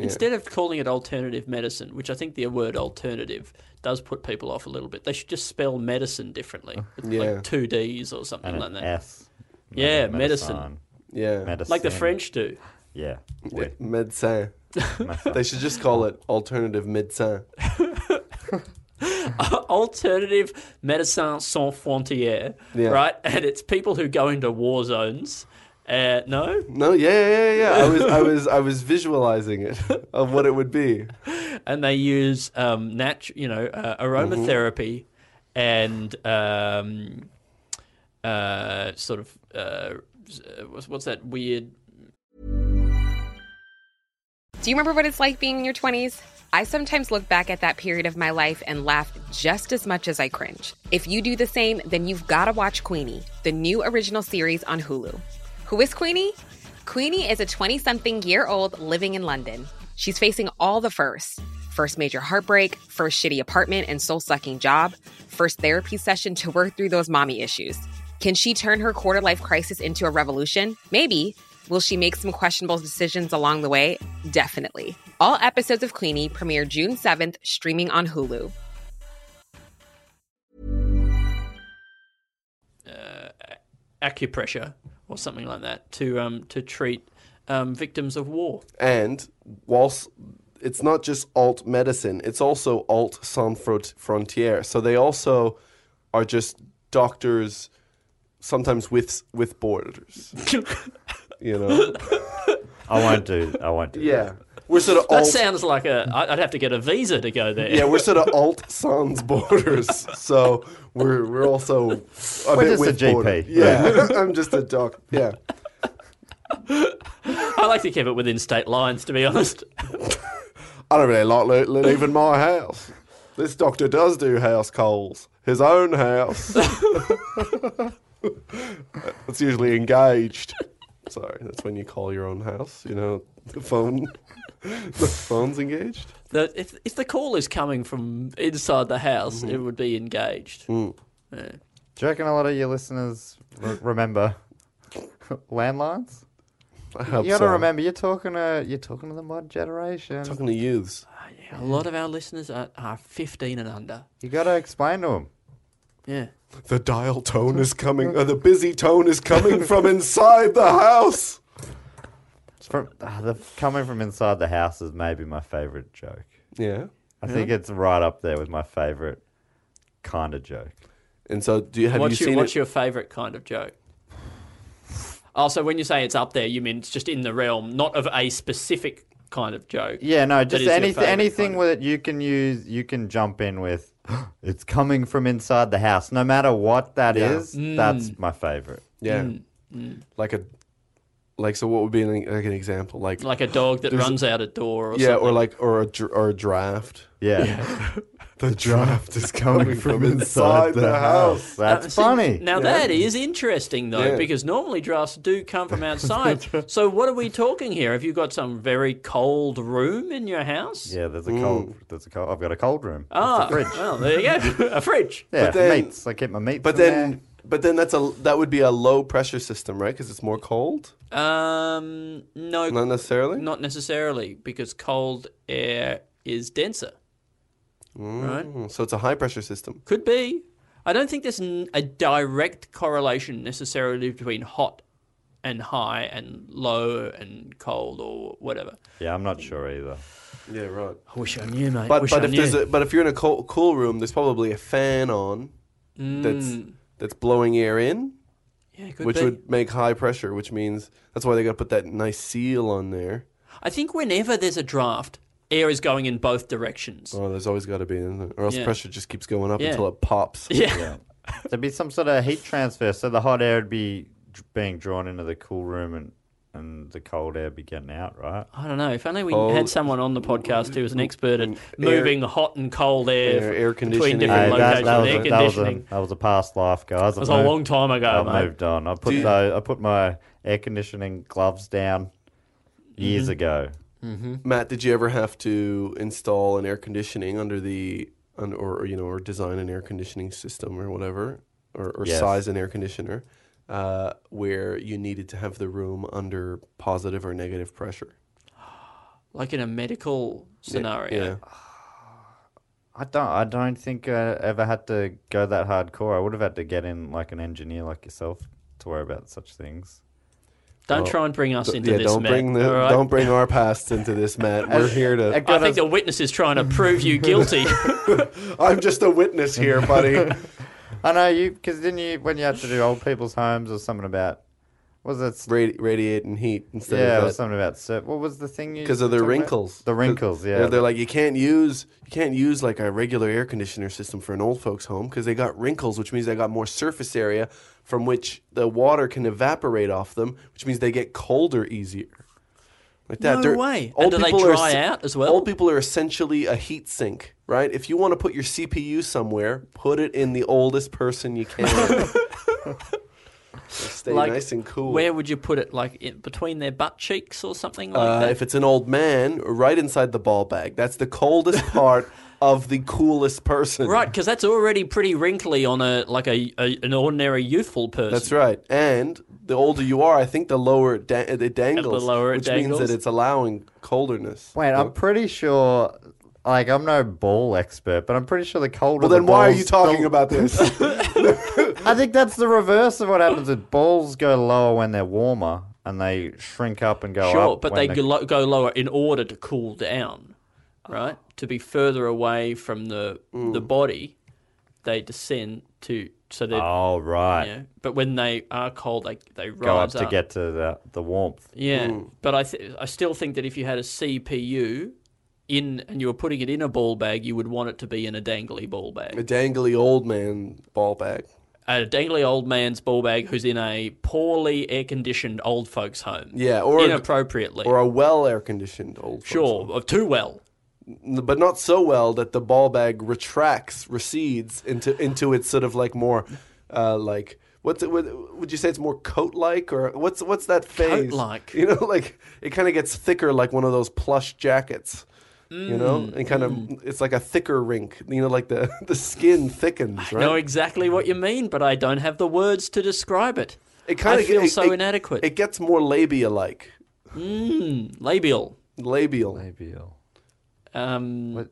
Speaker 3: Instead of calling it alternative medicine, which I think the word alternative does put people off a little bit, they should just spell medicine differently. It's
Speaker 4: Yeah.
Speaker 3: Like two D's or something
Speaker 5: And
Speaker 3: like
Speaker 5: an
Speaker 3: that.
Speaker 5: S.
Speaker 3: Yeah, medicine.
Speaker 4: Yeah,
Speaker 5: Medicine.
Speaker 3: Like the French do.
Speaker 5: Yeah.
Speaker 4: Yeah,
Speaker 5: we-
Speaker 4: Medecin.
Speaker 5: medicine.
Speaker 4: They should just call it alternative medecin.
Speaker 3: alternative Médecins Sans Frontières,
Speaker 4: Yeah.
Speaker 3: right? And it's people who go into war zones. Uh, no,
Speaker 4: No, yeah, yeah, yeah, yeah. I was, I was, I was visualizing it of what it would be.
Speaker 3: and they use um, natu- you know, uh, aromatherapy and um, uh, sort of uh, what's, what's that weird?
Speaker 6: Do you remember what it's like being in your 20s? I sometimes look back at that period of my life and laugh just as much as I cringe. If you do the same, then you've got to watch Queenie, the new original series on Hulu. Who is Queenie? Queenie is a 20 something year old living in London. She's facing all the firsts first major heartbreak, first shitty apartment and soul sucking job, first therapy session to work through those mommy issues. Can she turn her quarter life crisis into a revolution? Maybe. Will she make some questionable decisions along the way? Definitely. All episodes of Queenie premiere June 7th, streaming on Hulu.
Speaker 3: acupressure or something like that to um, to treat um, victims of war.
Speaker 4: And whilst it's not just alt medicine, it's also alt sans front- frontiere. So they also are just doctors, sometimes with with borders. you know?
Speaker 5: I won't do. I won't do.
Speaker 4: Yeah. We're sort of
Speaker 3: That
Speaker 4: alt.
Speaker 3: sounds like a. I- I'd have to get a visa to go there.
Speaker 4: Oh. yeah, we're sort of alt sans borders. So we're we're also a bit
Speaker 5: just a
Speaker 4: with
Speaker 5: GP.
Speaker 4: border. Yeah, I'm just a doc. Yeah.
Speaker 3: I like to keep it within state lines, to be honest.
Speaker 4: I don't really like li- li- leaving my house. This doctor does do house calls, his own house. it's usually engaged. Sorry, that's when you call your own house. You know, the phone, the phone's engaged.
Speaker 3: The, if if the call is coming from inside the house, it would be engaged.
Speaker 5: Do you reckon a lot of your listeners re- remember landlines?
Speaker 4: I hope
Speaker 5: You got to
Speaker 4: so.
Speaker 5: remember, you're talking to you're talking to the modern generation.
Speaker 4: Talking to youths.
Speaker 3: Uh, Yeah, a lot of our listeners are, are 15 and under.
Speaker 5: You got to explain to them.
Speaker 3: Yeah.
Speaker 4: The dial tone is coming. Uh, the busy tone is coming from inside the house.
Speaker 5: From ah, the coming from inside the house is maybe my favorite joke.
Speaker 4: Yeah.
Speaker 5: I think it's right up there with my favorite kind of joke.
Speaker 4: And so, do you have
Speaker 3: what's
Speaker 4: you
Speaker 3: your,
Speaker 4: seen
Speaker 3: what's
Speaker 4: it?
Speaker 3: your favourite kind of joke? Also, when you say it's up there, you mean it's just in the realm, not of a specific kind of joke.
Speaker 5: Yeah, no,
Speaker 3: that
Speaker 5: just
Speaker 3: is your
Speaker 5: anything
Speaker 3: favourite
Speaker 5: anything
Speaker 3: kind of-
Speaker 5: with it you can use, you can jump in with. It's coming from inside the house, no matter what that
Speaker 4: Yeah.
Speaker 5: is. That's
Speaker 3: Mm.
Speaker 5: my favorite.
Speaker 4: yeah. Like a, like so. What would be an, like an example? Like
Speaker 3: Like a dog that runs out a door or
Speaker 4: yeah,
Speaker 3: something.
Speaker 4: or like or a dr- or a draft.
Speaker 5: Yeah,
Speaker 4: The draft is coming from inside the house.
Speaker 5: That's
Speaker 3: Uh, See,
Speaker 5: funny.
Speaker 3: Now that is interesting though,
Speaker 4: Yeah.
Speaker 3: because normally drafts do come from outside. so what are we talking here? Have you got some very cold room in your house?
Speaker 5: yeah, there's a cold. There's a cold. I've got a cold room. It's
Speaker 3: Ah,
Speaker 5: a fridge.
Speaker 3: Well, there you go, a fridge.
Speaker 5: Yeah,
Speaker 4: then-
Speaker 5: meats. I keep my meats.
Speaker 4: But
Speaker 5: in
Speaker 4: then,
Speaker 5: there.
Speaker 4: but then that's a that would be a low pressure system, right? Because it's more cold,
Speaker 3: Um, no,
Speaker 4: not necessarily.
Speaker 3: not necessarily, because cold air is denser. Right?
Speaker 4: Mm, So it's a high pressure system.
Speaker 3: Could be. I don't think there's n- a direct correlation necessarily between hot and high and low and cold or whatever.
Speaker 5: yeah, I'm not sure either.
Speaker 4: Yeah, right.
Speaker 3: I wish I knew, mate.
Speaker 4: But
Speaker 3: Wish
Speaker 4: but
Speaker 3: I
Speaker 4: if
Speaker 3: knew.
Speaker 4: there's a, but if you're in a cool, cool room, there's probably a fan on
Speaker 3: Mm.
Speaker 4: that's that's blowing air in,
Speaker 3: yeah, could
Speaker 4: which
Speaker 3: be.
Speaker 4: would make high pressure, which means that's why they got to put that nice seal on there.
Speaker 3: I think whenever there's a draft, air is going in both directions.
Speaker 4: Oh, there's always got to be, isn't there? or else
Speaker 3: Yeah.
Speaker 4: pressure just keeps going up
Speaker 3: Yeah.
Speaker 4: until it pops.
Speaker 3: Yeah.
Speaker 5: There'd be some sort of heat transfer, so the hot air would be dr- being drawn into the cool room, and and the cold air would be getting out, right?
Speaker 3: I don't know. If only we
Speaker 4: Oh.
Speaker 3: had someone on the podcast who was an expert at
Speaker 4: Air-
Speaker 3: moving hot and cold air,
Speaker 4: Air- air
Speaker 3: between
Speaker 4: conditioning.
Speaker 3: different
Speaker 4: Aye,
Speaker 3: locations.
Speaker 5: that,
Speaker 3: air
Speaker 5: was a, that, was
Speaker 3: conditioning.
Speaker 5: a, that was a past life, guys.
Speaker 3: It was a long time ago,
Speaker 5: I've
Speaker 3: mate.
Speaker 5: moved on. I put
Speaker 4: you-
Speaker 5: tho- I put my air conditioning gloves down years
Speaker 3: Mm-hmm.
Speaker 5: ago.
Speaker 4: Matt, did you ever have to install an air conditioning under the un, or you know or design an air conditioning system or whatever or, or
Speaker 5: Yes.
Speaker 4: size an air conditioner uh, where you needed to have the room under positive or negative pressure?
Speaker 3: Like in a medical scenario.
Speaker 4: Yeah.
Speaker 5: I don't. I don't think I ever had to go that hardcore. I would have had to get in like an engineer like yourself to worry about such things.
Speaker 3: Don't try and bring us into
Speaker 4: yeah,
Speaker 3: this,
Speaker 4: don't
Speaker 3: Matt,
Speaker 4: bring the,
Speaker 3: all right?
Speaker 4: don't bring our past into this, Matt. We're here
Speaker 5: I
Speaker 4: to.
Speaker 3: I
Speaker 5: got
Speaker 3: think the witness is trying to prove you guilty.
Speaker 4: I'm just a witness here, buddy.
Speaker 5: I know you because didn't you when you had to do old people's homes or something about what was it?
Speaker 4: Radi- radiating heat instead
Speaker 5: yeah, it was
Speaker 4: of that.
Speaker 5: something about cert- what was the thing you
Speaker 4: because of the
Speaker 5: talking about?
Speaker 4: wrinkles.
Speaker 5: The wrinkles, yeah.
Speaker 4: They're, they're like you can't use you can't use like a regular air conditioner system for an old folks home because they got wrinkles, which means they got more surface area from which the water can evaporate off them, which means they get colder easier. Like that.
Speaker 3: No
Speaker 4: They're-
Speaker 3: way.
Speaker 4: old
Speaker 3: And do they
Speaker 4: people are
Speaker 3: dry
Speaker 4: es-
Speaker 3: out as well?
Speaker 4: Old people are essentially a heat sink, right? If you want to put your CPU somewhere, put it in the oldest person you can. Stay
Speaker 3: like,
Speaker 4: nice and cool.
Speaker 3: Where would you put it? Like in, between their butt cheeks or something like
Speaker 4: Uh,
Speaker 3: that?
Speaker 4: if it's an old man, right inside the ball bag. That's the coldest part of the coolest person.
Speaker 3: Right, because that's already pretty wrinkly on a like a, a an ordinary youthful person.
Speaker 4: That's right. And the older you are, I think the lower it, da- it dangles,
Speaker 3: lower it
Speaker 4: which means
Speaker 3: dangles.
Speaker 4: that it's allowing colderness.
Speaker 5: Wait, I'm pretty sure. Like I'm no ball expert, but I'm pretty sure the colder.
Speaker 4: Well,
Speaker 5: the
Speaker 4: then why are
Speaker 5: balls-
Speaker 4: you talking
Speaker 5: the-
Speaker 4: about this?
Speaker 5: I think that's the reverse of what happens. With balls go lower when they're warmer, and they shrink up and go
Speaker 3: Sure,
Speaker 5: up.
Speaker 3: but
Speaker 5: when
Speaker 3: they go, go lower in order to cool down, right? To be further away from the the body, they descend to so they. are
Speaker 5: Oh right,
Speaker 3: You know, but when they are cold, they they rise
Speaker 5: go up to get to the the warmth.
Speaker 3: Yeah, but I th- I still think that if you had a CPU in and you were putting it in a ball bag, you would want it to be in a dangly ball
Speaker 4: A
Speaker 3: bag,
Speaker 4: dangly old man ball bag.
Speaker 3: a dangly old man's ball bag who's in a poorly air conditioned old folks home.
Speaker 4: Yeah, or
Speaker 3: inappropriately.
Speaker 4: or a well air conditioned old. folks'
Speaker 3: sure,
Speaker 4: home.
Speaker 3: of too well.
Speaker 4: but not so well that the ball bag retracts, recedes into into its sort of like more, uh, like what's it? Would, would you say it's more coat like or what's what's that phase?
Speaker 3: Coat-like.
Speaker 4: you know, like it kind of gets thicker, like one of those plush jackets. You
Speaker 3: Mm,
Speaker 4: know, and kind of it's like a thicker rink. You know, like the the skin thickens, right?
Speaker 3: Know exactly what you mean, but I don't have the words to describe it.
Speaker 4: it kinda
Speaker 3: I feel
Speaker 4: it-
Speaker 3: so
Speaker 4: it-
Speaker 3: inadequate.
Speaker 4: It gets more labia like,
Speaker 3: Labial.
Speaker 4: labial.
Speaker 3: Um,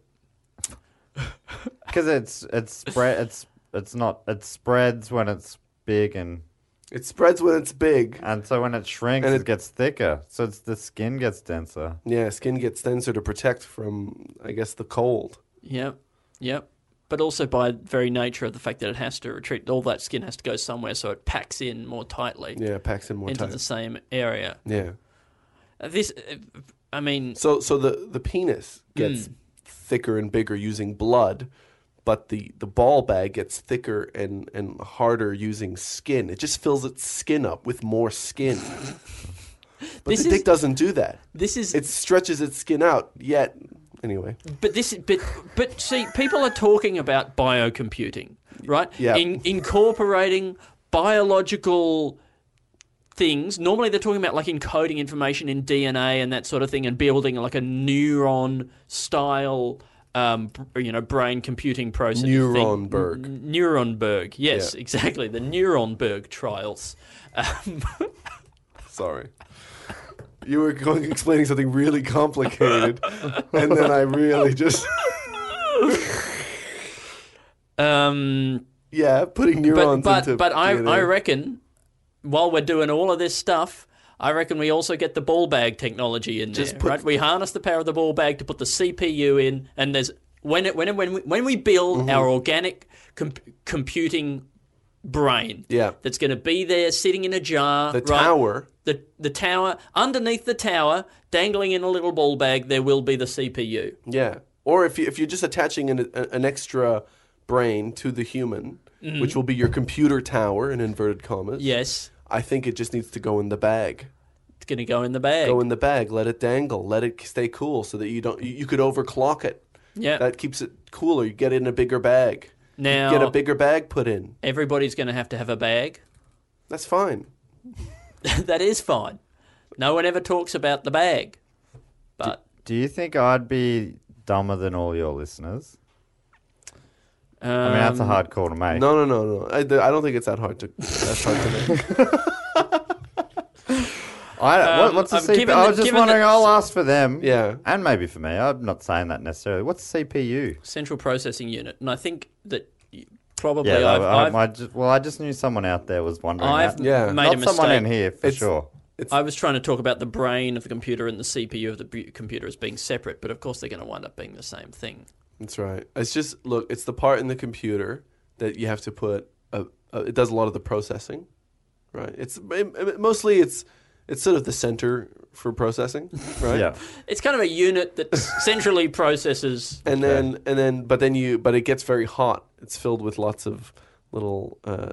Speaker 5: Because it's it's spread. It's it's not. It spreads when it's big and.
Speaker 4: It spreads when it's big.
Speaker 5: And so when it shrinks,
Speaker 4: And
Speaker 5: it,
Speaker 4: it-
Speaker 5: gets thicker. So it's, the skin gets denser.
Speaker 4: Yeah, skin gets denser to protect from, I guess, the cold.
Speaker 3: Yep. Yep. But also by very nature of the fact that it has to retreat, all that skin has to go somewhere, so it packs in more tightly
Speaker 4: Yeah, it packs in more
Speaker 3: into
Speaker 4: time.
Speaker 3: the same area.
Speaker 4: Yeah.
Speaker 3: Uh, This, uh, I mean,
Speaker 4: So so the the penis
Speaker 3: Mm.
Speaker 4: gets thicker and bigger using blood, but the the ball bag gets thicker and and harder using skin. It just fills its skin up with more skin. but
Speaker 3: This
Speaker 4: the
Speaker 3: is-
Speaker 4: dick doesn't do that.
Speaker 3: this is,
Speaker 4: It stretches its skin out. Yet anyway,
Speaker 3: but this, but but see, people are talking about biocomputing, right?
Speaker 4: Yeah.
Speaker 3: In, incorporating biological things. Normally, they're talking about like encoding information in DNA and that sort of thing, and building like a neuron style, um, br- you know, brain computing process. thing.
Speaker 4: Neuronberg.
Speaker 3: N- Neuronberg. Yes,
Speaker 4: Yeah.
Speaker 3: exactly. The Neuronberg trials. Um,
Speaker 4: sorry. You were going explaining something really complicated, and then I really just
Speaker 3: um,
Speaker 4: yeah putting
Speaker 3: but
Speaker 4: neurons
Speaker 3: but,
Speaker 4: into.
Speaker 3: but I,
Speaker 4: DNA.
Speaker 3: I reckon while we're doing all of this stuff I reckon we also get the ball bag technology in there,
Speaker 4: put-
Speaker 3: right? We harness the power of the ball bag to put the CPU in, and there's when it, when it, when we, when we build
Speaker 4: Mm-hmm.
Speaker 3: our organic comp- computing brain,
Speaker 4: Yeah.
Speaker 3: that's going to be there sitting in a jar,
Speaker 4: the
Speaker 3: right?
Speaker 4: tower.
Speaker 3: the the tower underneath the tower, dangling in a little ball bag, there will be the CPU.
Speaker 4: Yeah. Or if you if you're just attaching an a- an extra brain to the human,
Speaker 3: Mm-hmm.
Speaker 4: which will be your computer tower in inverted commas.
Speaker 3: Yes,
Speaker 4: I think it just needs to go in the bag.
Speaker 3: it's going to go in the bag.
Speaker 4: Go in the bag, let it dangle, let it stay cool so that you don't you, you could overclock it.
Speaker 3: Yeah.
Speaker 4: That keeps it cooler. You get it in a bigger bag.
Speaker 3: now
Speaker 4: Get a bigger bag put in.
Speaker 3: everybody's going to have to have a bag.
Speaker 4: That's fine.
Speaker 3: that is fine. No one ever talks about the bag. But
Speaker 5: Do you think I'd be dumber than all your listeners?
Speaker 3: um,
Speaker 5: I mean, that's a hard call to make.
Speaker 4: No, no, no, no. I, I don't think it's that hard to that's hard to make.
Speaker 5: I, don't- what,
Speaker 3: Um,
Speaker 5: what's the
Speaker 3: um,
Speaker 5: CP?
Speaker 3: given
Speaker 5: I
Speaker 3: that-
Speaker 5: was just
Speaker 3: given
Speaker 5: wondering.
Speaker 3: that-
Speaker 5: I'll ask for them.
Speaker 4: Yeah.
Speaker 5: and maybe for me. I'm not saying that necessarily. What's CPU?
Speaker 3: central processing unit, and I think that y- probably
Speaker 5: Yeah,
Speaker 3: I've,
Speaker 5: I, I,
Speaker 3: I've,
Speaker 5: I just, well, I just knew someone out there was wondering.
Speaker 3: I've
Speaker 5: that.
Speaker 4: Yeah.
Speaker 3: made
Speaker 5: not
Speaker 3: a
Speaker 5: someone
Speaker 3: mistake.
Speaker 5: in here for
Speaker 4: It's-
Speaker 5: sure.
Speaker 3: I was trying to talk about the brain of the computer and the CPU of the bu- computer as being separate, but of course they're going to wind up being the same thing.
Speaker 4: That's right. It's just look, it's the part in the computer that you have to put. A, a, it does a lot of the processing, right? It's it, it- mostly it's it's sort of the center for processing, right?
Speaker 5: Yeah,
Speaker 3: It's kind of a unit that centrally processes.
Speaker 4: And then and then but then you but it gets very hot. It's filled with lots of little uh,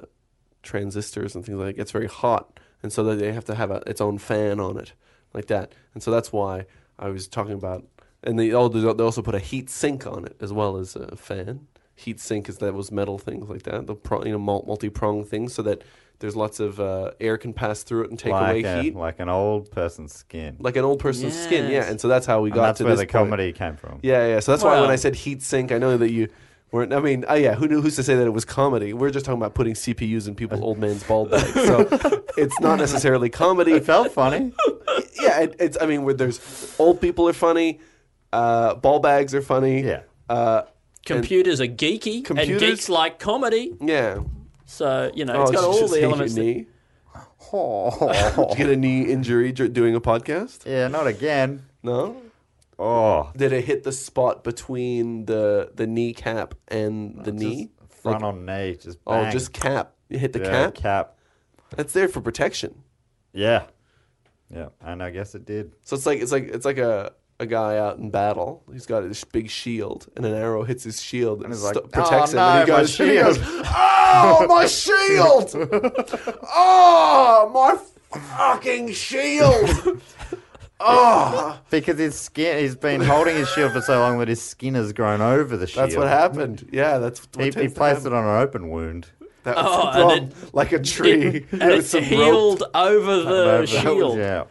Speaker 4: transistors and things like. that. It gets very hot, and so that they have to have a, its own fan on it, like that. And so that's why I was talking about. And they all they also put a heat sink on it as well as a fan. Heat sink is that was metal things like that. The pro, you know multi prong things so that there's lots of uh, air can pass through it and take
Speaker 5: like
Speaker 4: away
Speaker 5: a,
Speaker 4: heat, like,
Speaker 5: like an old person's skin.
Speaker 4: an old person's skin. Yeah,
Speaker 3: Yes.
Speaker 4: and so that's how we
Speaker 5: and
Speaker 4: got
Speaker 5: that's
Speaker 4: to
Speaker 5: where
Speaker 4: this
Speaker 5: the
Speaker 4: point.
Speaker 5: comedy came from.
Speaker 4: Yeah, yeah. So that's why when I
Speaker 3: Well-
Speaker 4: said heat sink, I know that you weren't. I mean, oh yeah, who knew? Who's to say that it was comedy? We're just talking about putting CPUs in people's old man's ball bags. So it's not necessarily comedy.
Speaker 5: it felt funny.
Speaker 4: Yeah, it, it's. I mean, where there's old people are funny, uh, ball bags are funny.
Speaker 5: Yeah.
Speaker 4: Uh,
Speaker 3: Computers are geeky, and
Speaker 4: Computers-
Speaker 3: geeks like comedy.
Speaker 4: yeah.
Speaker 3: So you know,
Speaker 4: Oh,
Speaker 3: it's got
Speaker 4: did you
Speaker 3: all
Speaker 4: just
Speaker 3: the
Speaker 4: hit your
Speaker 3: elements. that-
Speaker 4: knee? Did you get a knee injury dur- doing a podcast?
Speaker 5: Yeah, not again.
Speaker 4: No.
Speaker 5: Oh,
Speaker 4: Did it hit the spot between the the kneecap and the knee?
Speaker 5: front on knee, just
Speaker 4: Oh,
Speaker 5: bang.
Speaker 4: just cap. You hit the
Speaker 5: yeah,
Speaker 4: cap.
Speaker 5: cap.
Speaker 4: That's there for protection.
Speaker 5: Yeah, yeah, and I guess it did.
Speaker 4: So it's like it's like it's like a a guy out in battle. He's got this big shield, and an arrow hits his shield and,
Speaker 5: he's like,
Speaker 4: st- protects him.
Speaker 5: "Oh,
Speaker 4: and he
Speaker 5: no, my
Speaker 4: goes, and he goes, "Oh, my shield! oh, my fucking shield!" oh,
Speaker 5: Because his skin, he's been holding his shield for so long that his skin has grown over the shield.
Speaker 4: that's what happened. Yeah, that's what
Speaker 5: He,
Speaker 4: tends
Speaker 5: he
Speaker 4: to
Speaker 5: placed
Speaker 4: happen.
Speaker 5: it on an open wound.
Speaker 4: That was
Speaker 3: Oh,
Speaker 4: the
Speaker 3: and
Speaker 4: problem. like a tree
Speaker 3: and it's
Speaker 4: some rope.
Speaker 3: healed over the
Speaker 5: Over-
Speaker 3: shield.
Speaker 5: Yeah,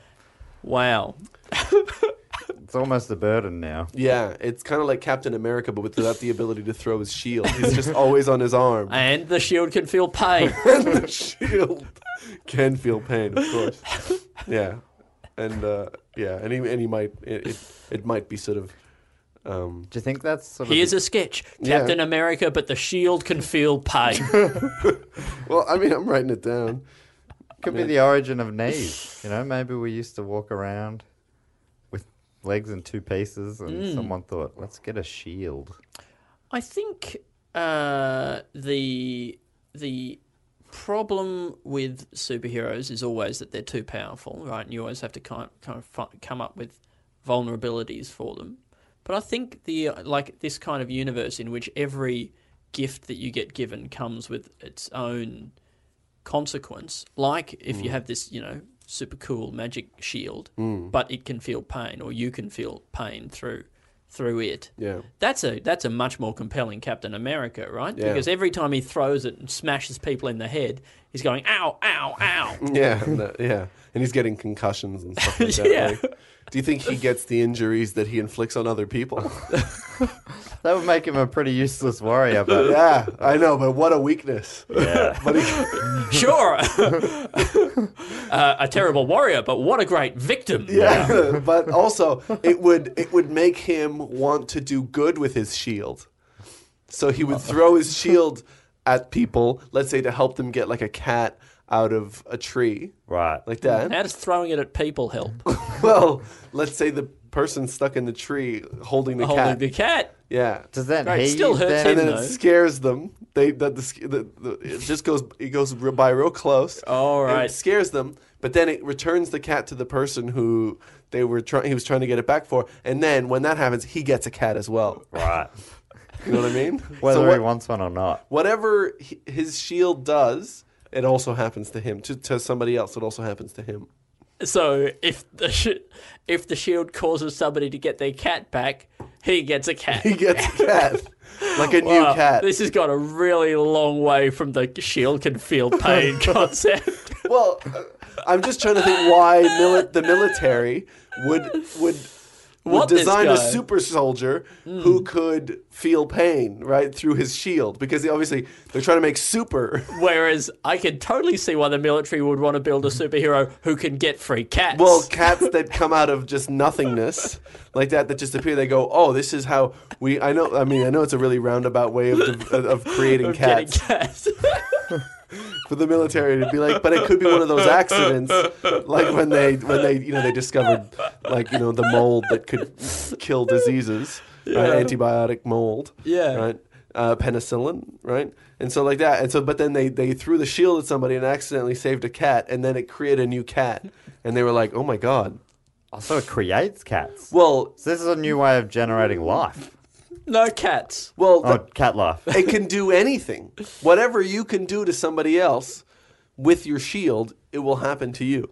Speaker 3: Wow.
Speaker 5: it's almost a burden now.
Speaker 4: Yeah, it's kind of like Captain America, but without the ability to throw his shield. He's just always on his arm.
Speaker 3: And the shield can feel pain.
Speaker 4: and the shield can feel pain, of course. Yeah, and uh, yeah, and he, and he might it, it it might be sort of um,
Speaker 5: Do you think that's sort of
Speaker 3: Here's a sketch Captain America, but the shield can feel pain.
Speaker 4: well. I mean, I'm writing it down.
Speaker 5: could be the origin of knees? You know, maybe we used to walk around with legs in two pieces, and
Speaker 3: Mm.
Speaker 5: someone thought, "Let's get a shield."
Speaker 3: I think uh, the the problem with superheroes is always that they're too powerful, right? And you always have to kind kind of fi- come up with vulnerabilities for them. But I think the like this kind of universe in which every gift that you get given comes with its own consequence. Like if you have this, you know, super cool magic shield, but it can feel pain, or you can feel pain through through it.
Speaker 4: Yeah.
Speaker 3: that's a that's a much more compelling Captain America, right?
Speaker 4: Yeah.
Speaker 3: Because every time he throws it and smashes people in the head, he's going ow, ow, ow.
Speaker 4: Yeah, and, uh, yeah, and he's getting concussions and stuff like that.
Speaker 3: Yeah.
Speaker 4: like, do you think he gets the injuries that he inflicts on other people?
Speaker 5: That would make him a pretty useless warrior, but
Speaker 4: yeah, I know, but what a weakness. Yeah, but he,
Speaker 3: sure, uh, a terrible warrior, but what a great victim.
Speaker 4: Yeah, but also it would it would make him want to do good with his shield. So he would throw his shield at people, let's say to help them get like a cat out of a tree,
Speaker 5: right.
Speaker 4: like that.
Speaker 3: How does throwing it at people help?
Speaker 4: Well, let's say the person stuck in the tree holding the
Speaker 3: Holding
Speaker 4: cat.
Speaker 3: the cat.
Speaker 4: yeah.
Speaker 5: Does that
Speaker 3: Right, it
Speaker 5: heat
Speaker 3: still hurts
Speaker 5: then?
Speaker 3: him,
Speaker 4: and then
Speaker 3: though.
Speaker 4: it scares them. They that the, sc- the, the it just goes it goes re- by real close.
Speaker 3: All
Speaker 4: and
Speaker 3: right.
Speaker 4: it scares them, but then it returns the cat to the person who they were trying. He was trying to get it back for, and then when that happens, he gets a cat as well.
Speaker 5: Right.
Speaker 4: You know what I mean?
Speaker 5: Whether
Speaker 4: so what-
Speaker 5: he wants one or not.
Speaker 4: whatever h- his shield does, it also happens to him. To to somebody else, it also happens to him.
Speaker 3: So if the sh- if the shield causes somebody to get their cat back, he gets a cat.
Speaker 4: He gets a cat, like a new
Speaker 3: Wow,
Speaker 4: cat.
Speaker 3: This has got a really long way from the shield can feel pain concept.
Speaker 4: Well, uh, I'm just trying to think why mili- the military would would, would
Speaker 3: Want this Hmm.
Speaker 4: design a
Speaker 3: guy.
Speaker 4: super soldier who could feel pain right through his shield because they, obviously they're trying to make super.
Speaker 3: Whereas I can totally see why the military would want to build a superhero who can get free cats.
Speaker 4: Well, cats that come out of just nothingness like that that just appear. They go, "Oh, this is how we." I know. I mean, I know it's a really roundabout way of of, of creating
Speaker 3: Of getting
Speaker 4: cats
Speaker 3: cats.
Speaker 4: for the military to be like, but it could be one of those accidents, like when they when they you know they discovered like you know the mold that could kill diseases, right? Antibiotic mold,
Speaker 3: Yeah.
Speaker 4: right? Uh, penicillin, right? And so like that, and so but then they they threw the shield at somebody and accidentally saved a cat, and then it created a new cat, and they were like, oh my god,
Speaker 5: Also, it creates cats.
Speaker 4: well,
Speaker 5: So this is a new way of generating life.
Speaker 3: no cats.
Speaker 4: well,
Speaker 5: Oh,
Speaker 4: the-
Speaker 5: cat life.
Speaker 4: Uh, it can do anything, whatever you can do to somebody else with your shield, it will happen to you.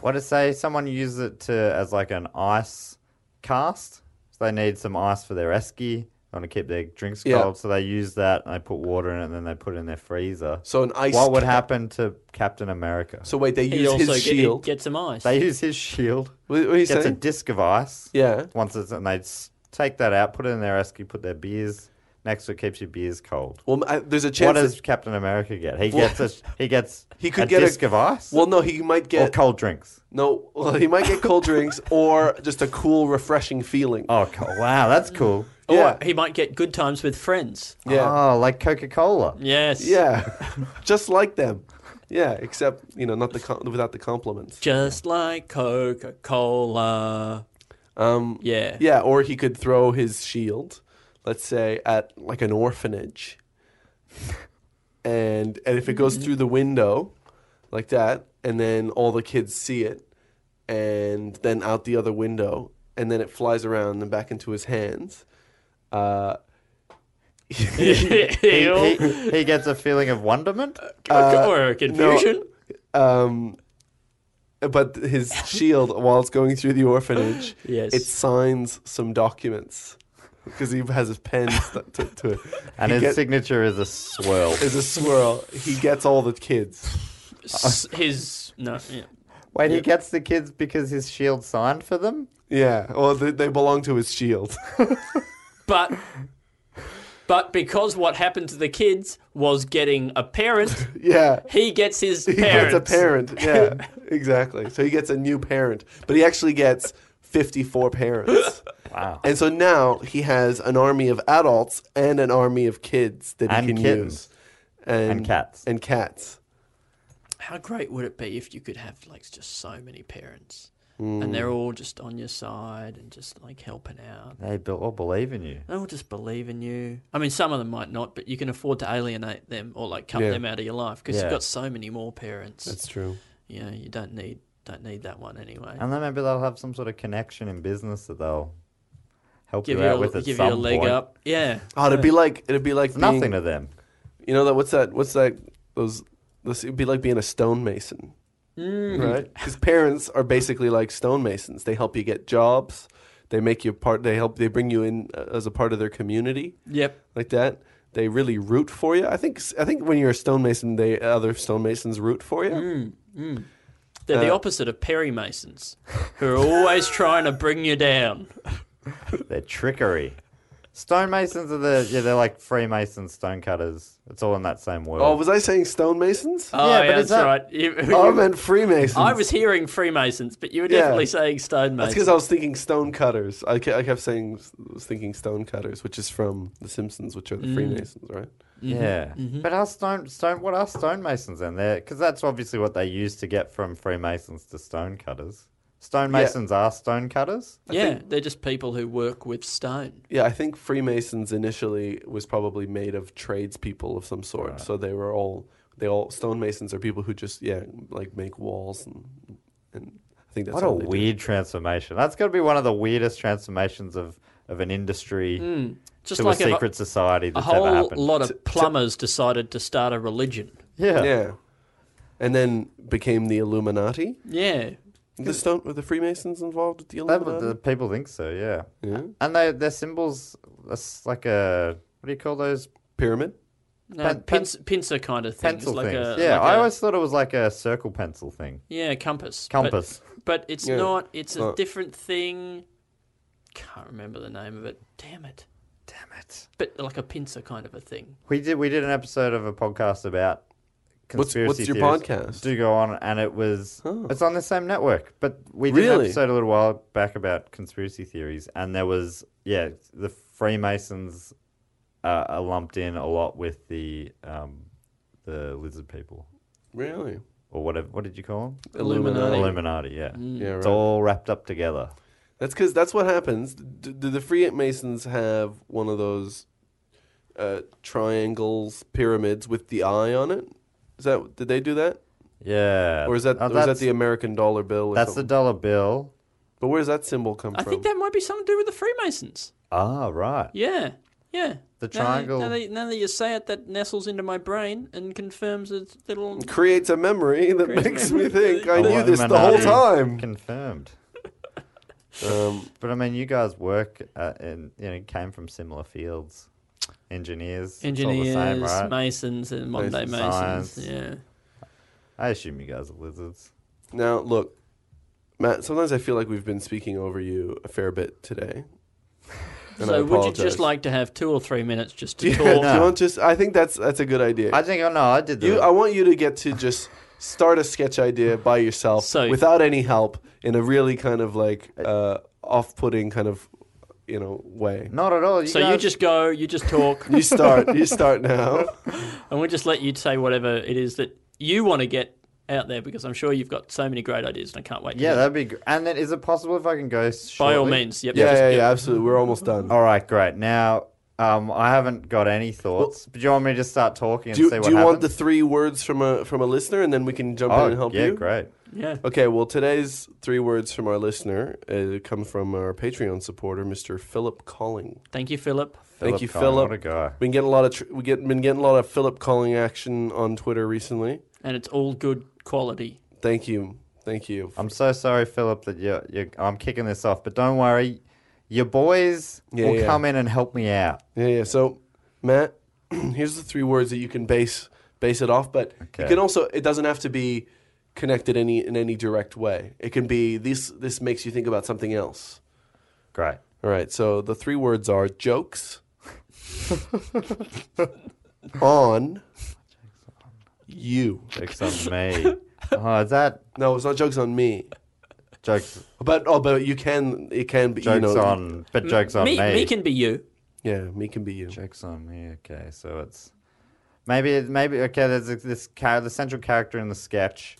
Speaker 5: What to say? Someone uses it to as like an ice cast. So they need some ice for their esky. They want to keep their drinks
Speaker 4: Yeah.
Speaker 5: cold, so they use that and they put water in it, and then they put it in their freezer.
Speaker 4: So an ice
Speaker 5: What would
Speaker 4: cap-
Speaker 5: happen to Captain America?
Speaker 4: So wait, they
Speaker 3: He
Speaker 4: use
Speaker 3: also
Speaker 4: his
Speaker 3: get,
Speaker 4: shield.
Speaker 3: he gets some ice.
Speaker 5: They use his shield.
Speaker 4: What- what are you
Speaker 5: gets a
Speaker 4: saying?
Speaker 5: disc of ice.
Speaker 4: Yeah.
Speaker 5: Once it's and they s- take that out, put it in their esky, put their beers next to it, keeps your beers cold.
Speaker 4: Well, I, there's a
Speaker 5: What
Speaker 4: chance.
Speaker 5: does
Speaker 4: that-
Speaker 5: Captain America get? He gets a, he gets
Speaker 4: he could
Speaker 5: a
Speaker 4: get
Speaker 5: disc of ice
Speaker 4: Well, no, he might
Speaker 5: or
Speaker 4: get
Speaker 5: cold drinks.
Speaker 4: no. Well, he might get cold drinks or just a cool, refreshing feeling.
Speaker 5: Oh, co- Oh, wow, that's cool.
Speaker 4: Yeah.
Speaker 3: Or he might get good times with friends.
Speaker 4: Yeah.
Speaker 5: Oh, like Coca Cola.
Speaker 3: Yes.
Speaker 4: Yeah. Just like them. Yeah, except, you know, not the com- without the compliments.
Speaker 3: Just like Coca Cola. Um. Yeah.
Speaker 4: Yeah, or he could throw his shield, let's say, at like an orphanage. And and if it goes through the window like that, and then all the kids see it, and then out the other window, and then it flies around and back into his hands. Uh,
Speaker 5: He, he, he gets a feeling of wonderment.
Speaker 3: Uh, or confusion.
Speaker 4: um, but his shield, while it's going through the orphanage,
Speaker 3: Yes.
Speaker 4: it signs some documents because he has his pen stuck to, to it.
Speaker 5: And
Speaker 4: He
Speaker 5: his
Speaker 4: get-
Speaker 5: signature is a swirl.
Speaker 4: is a swirl. He gets all the kids. uh,
Speaker 3: S- his no. Yeah.
Speaker 5: Wait, he gets the kids because his shield signed for them?
Speaker 4: Yeah, well, they, they belong to his shield.
Speaker 3: But but because what happened to the kids was getting a parent,
Speaker 4: yeah.
Speaker 3: he gets his
Speaker 4: He
Speaker 3: parents.
Speaker 4: gets a parent. Yeah, exactly. So he gets a new parent, but he actually gets 54 parents.
Speaker 5: Wow.
Speaker 4: And so now he has an army of adults and an army of kids that
Speaker 5: And
Speaker 4: he can
Speaker 5: kittens.
Speaker 4: use. And,
Speaker 5: cats.
Speaker 4: And cats.
Speaker 3: How great would it be if you could have like just so many parents, and
Speaker 5: Hmm.
Speaker 3: they're all just on your side and just like helping out.
Speaker 5: They be- all believe in you.
Speaker 3: They all just believe in you. I mean, some of them might not, but you can afford to alienate them or like cut
Speaker 4: Yeah.
Speaker 3: them out of your life because
Speaker 5: Yeah.
Speaker 3: you've got so many more parents.
Speaker 4: true.
Speaker 3: you know, you don't need don't need that one anyway.
Speaker 5: And then maybe they'll have some sort of connection in business that they'll help
Speaker 3: give
Speaker 5: you
Speaker 3: you
Speaker 5: out
Speaker 3: a,
Speaker 5: with at
Speaker 3: give you
Speaker 5: some
Speaker 3: a leg
Speaker 5: point.
Speaker 3: up. Yeah.
Speaker 4: Oh, it'd be like it'd be like
Speaker 5: It's nothing
Speaker 4: being-
Speaker 5: to them.
Speaker 4: You know that what's that? What's that? Those. This, it'd be like being a stonemason,
Speaker 3: Mm.
Speaker 4: right? Because parents are basically like stonemasons. They help you get jobs. They make you part. They help. They bring you in uh, as a part of their community,
Speaker 3: Yep.
Speaker 4: like that. They really root for you. I think. s- I think when you're a stonemason, they other stonemasons root for you.
Speaker 3: Mm. They're
Speaker 5: Uh.
Speaker 3: the opposite of Perry Masons, who are always trying to bring you down.
Speaker 5: They're trickery. Stonemasons are the yeah, they're like Freemasons, stonecutters. It's all in that same world.
Speaker 4: Oh, was I saying stonemasons?
Speaker 3: Oh,
Speaker 5: Yeah,
Speaker 3: yeah,
Speaker 5: but
Speaker 3: that's
Speaker 5: is that-
Speaker 3: right. You-
Speaker 4: I meant Freemasons.
Speaker 3: I was hearing Freemasons, but you were
Speaker 4: Yeah.
Speaker 3: definitely saying
Speaker 4: That's
Speaker 3: stonemasons.
Speaker 4: because I was thinking stone cutters. I ke- I kept saying was thinking stone cutters, which is from The Simpsons, which are
Speaker 3: Mm.
Speaker 4: the Freemasons, right?
Speaker 5: yeah. But are stone stone what are stonemasons then? They're because that's obviously what they use to get from Freemasons to stonecutters. Stonemasons are stonecutters.
Speaker 3: yeah, they're just people who work with stone.
Speaker 4: Yeah, I think Freemasons initially was probably made of tradespeople of some sort. So they were all they all stonemasons are people who just yeah like make walls and and I think that's
Speaker 5: What
Speaker 4: how
Speaker 5: a
Speaker 4: they do it.
Speaker 5: weird transformation. That's got to be one of the weirdest transformations of, of an industry
Speaker 3: Hmm. Just
Speaker 5: to
Speaker 3: like
Speaker 5: a
Speaker 3: a ho-
Speaker 5: secret society
Speaker 3: A
Speaker 5: that's ever
Speaker 3: whole
Speaker 5: happened.
Speaker 3: lot of plumbers decided to start a religion.
Speaker 5: yeah.
Speaker 4: yeah, and then became the Illuminati.
Speaker 3: Yeah.
Speaker 4: The stone were the Freemasons involved with the
Speaker 5: That would-
Speaker 4: Illuminati.
Speaker 5: the people think so, yeah. And they, their symbols, that's like a, what do you call those?
Speaker 4: Pyramid.
Speaker 3: No,
Speaker 5: Pen- pen-
Speaker 3: pincer, pincer kind of things.
Speaker 5: Pencil
Speaker 3: like
Speaker 5: things.
Speaker 3: A,
Speaker 5: yeah,
Speaker 3: like
Speaker 5: I
Speaker 3: a-
Speaker 5: always thought it was like a circle pencil thing.
Speaker 3: Yeah, compass. But-
Speaker 5: Compass.
Speaker 3: But, it's
Speaker 4: Yeah.
Speaker 3: not. It's a
Speaker 4: Not-
Speaker 3: different thing. Can't remember the name of it. Damn it.
Speaker 5: Damn it.
Speaker 3: But like a pincer kind of a thing.
Speaker 5: We did, we did an episode of a podcast about
Speaker 4: What's-
Speaker 5: conspiracy
Speaker 4: what's your
Speaker 5: theories.
Speaker 4: podcast?
Speaker 5: Do go on, and it was, it's on the same network. But we did an
Speaker 4: Really?
Speaker 5: episode a little while back about conspiracy theories, and there was, yeah, the Freemasons uh, are lumped in a lot with the, um, the lizard people.
Speaker 4: Really?
Speaker 5: or whatever. What did you call them?
Speaker 4: Illuminati.
Speaker 5: Illuminati. Yeah,
Speaker 3: Mm.
Speaker 4: Yeah,
Speaker 5: it's
Speaker 4: right.
Speaker 5: all wrapped up together.
Speaker 4: That's because that's what happens. Do, do the Freemasons have one of those uh, triangles pyramids with the eye on it? Is that did they do that,
Speaker 5: Yeah.
Speaker 4: or is that
Speaker 5: Oh,
Speaker 4: or is that
Speaker 5: that's-
Speaker 4: the American dollar bill? Or
Speaker 5: that's the
Speaker 4: something?
Speaker 5: dollar bill?
Speaker 4: but where's that symbol come
Speaker 3: I
Speaker 4: from?
Speaker 3: think that might be something to do with the Freemasons.
Speaker 5: Ah, right.
Speaker 3: Yeah. Yeah.
Speaker 5: The
Speaker 3: Now that-
Speaker 5: triangle-
Speaker 3: Now that, now that you say it, that nestles into my brain and confirms its little.
Speaker 4: creates a memory that
Speaker 3: Creates a
Speaker 4: makes me
Speaker 3: memory.
Speaker 4: think I knew this the whole
Speaker 5: Illuminati
Speaker 4: time. Um,
Speaker 5: Confirmed. but I mean, you guys work uh, and you know came from similar fields. Engineers, it's all the
Speaker 3: Engineers,
Speaker 5: same, right?
Speaker 3: masons, and modern day
Speaker 4: Masons,
Speaker 3: masons.
Speaker 5: science.
Speaker 3: Yeah.
Speaker 5: I assume you guys are lizards.
Speaker 4: Now look, Matt. Sometimes I feel like we've been speaking over you a fair bit today. And I
Speaker 3: so would you just
Speaker 4: apologize.
Speaker 3: like to have two or three minutes just to
Speaker 4: Yeah,
Speaker 3: talk?
Speaker 4: do you want just? I think that's that's a good idea.
Speaker 5: I think I know. I did the
Speaker 4: You, I want you to get to just start a sketch idea by yourself
Speaker 3: So-
Speaker 4: without any help in a really kind of like uh, off putting kind of you know way.
Speaker 5: Not at all.
Speaker 3: So you
Speaker 5: guys-
Speaker 3: just go, you just talk,
Speaker 4: You start. you start now.
Speaker 3: and we'll just let you say whatever it is that you want to get out there because I'm sure you've got so many great ideas and I can't wait. To
Speaker 5: Yeah,
Speaker 3: hear
Speaker 5: that'd be. Gr- and then, is it possible if I can go?
Speaker 3: them. by all
Speaker 5: shortly?
Speaker 3: means. Yep.
Speaker 4: Yeah,
Speaker 3: just-
Speaker 4: yeah,
Speaker 3: yep.
Speaker 4: yeah. Absolutely. We're almost done.
Speaker 5: All right, great. Now, um, I haven't got any thoughts. but do you want me to just start talking and
Speaker 4: Do you,
Speaker 5: see what
Speaker 4: do you
Speaker 5: happens? Oh,
Speaker 4: want the three words from a from a listener, and then we can jump in and help
Speaker 5: yeah,
Speaker 4: you?
Speaker 5: great.
Speaker 3: Yeah.
Speaker 4: Okay, well, today's three words from our listener uh, come from our Patreon supporter, Mr. Philip Calling.
Speaker 3: Thank you, Philip.
Speaker 4: Thank you,
Speaker 5: Collin,
Speaker 4: Philip.
Speaker 5: what a guy.
Speaker 4: Been getting a lot of tr- we get been getting a lot of Philip Calling action on Twitter recently.
Speaker 3: And it's all good quality.
Speaker 4: Thank you, thank you.
Speaker 5: I'm so sorry, Philip, that you you I'm kicking this off, but don't worry, your boys
Speaker 4: Yeah,
Speaker 5: will
Speaker 4: yeah.
Speaker 5: come in and help me out.
Speaker 4: yeah, yeah. So, Matt, here's the three words that you can base base it off, but
Speaker 5: Okay.
Speaker 4: you can also it doesn't have to be connected any in any direct way. It can be this this makes you think about something else.
Speaker 5: Great.
Speaker 4: All right, so the three words are jokes, on, you.
Speaker 5: Jokes on me. oh, is that
Speaker 4: No, it's not jokes on me.
Speaker 5: jokes?
Speaker 4: But oh, but you can. It can be.
Speaker 5: Jokes
Speaker 4: you know,
Speaker 5: on, but jokes on
Speaker 3: me,
Speaker 5: me.
Speaker 3: me can be you.
Speaker 4: Yeah, me can be you.
Speaker 5: Jokes on me. Okay, so it's maybe it- maybe okay. There's this, this char- the central character in the sketch.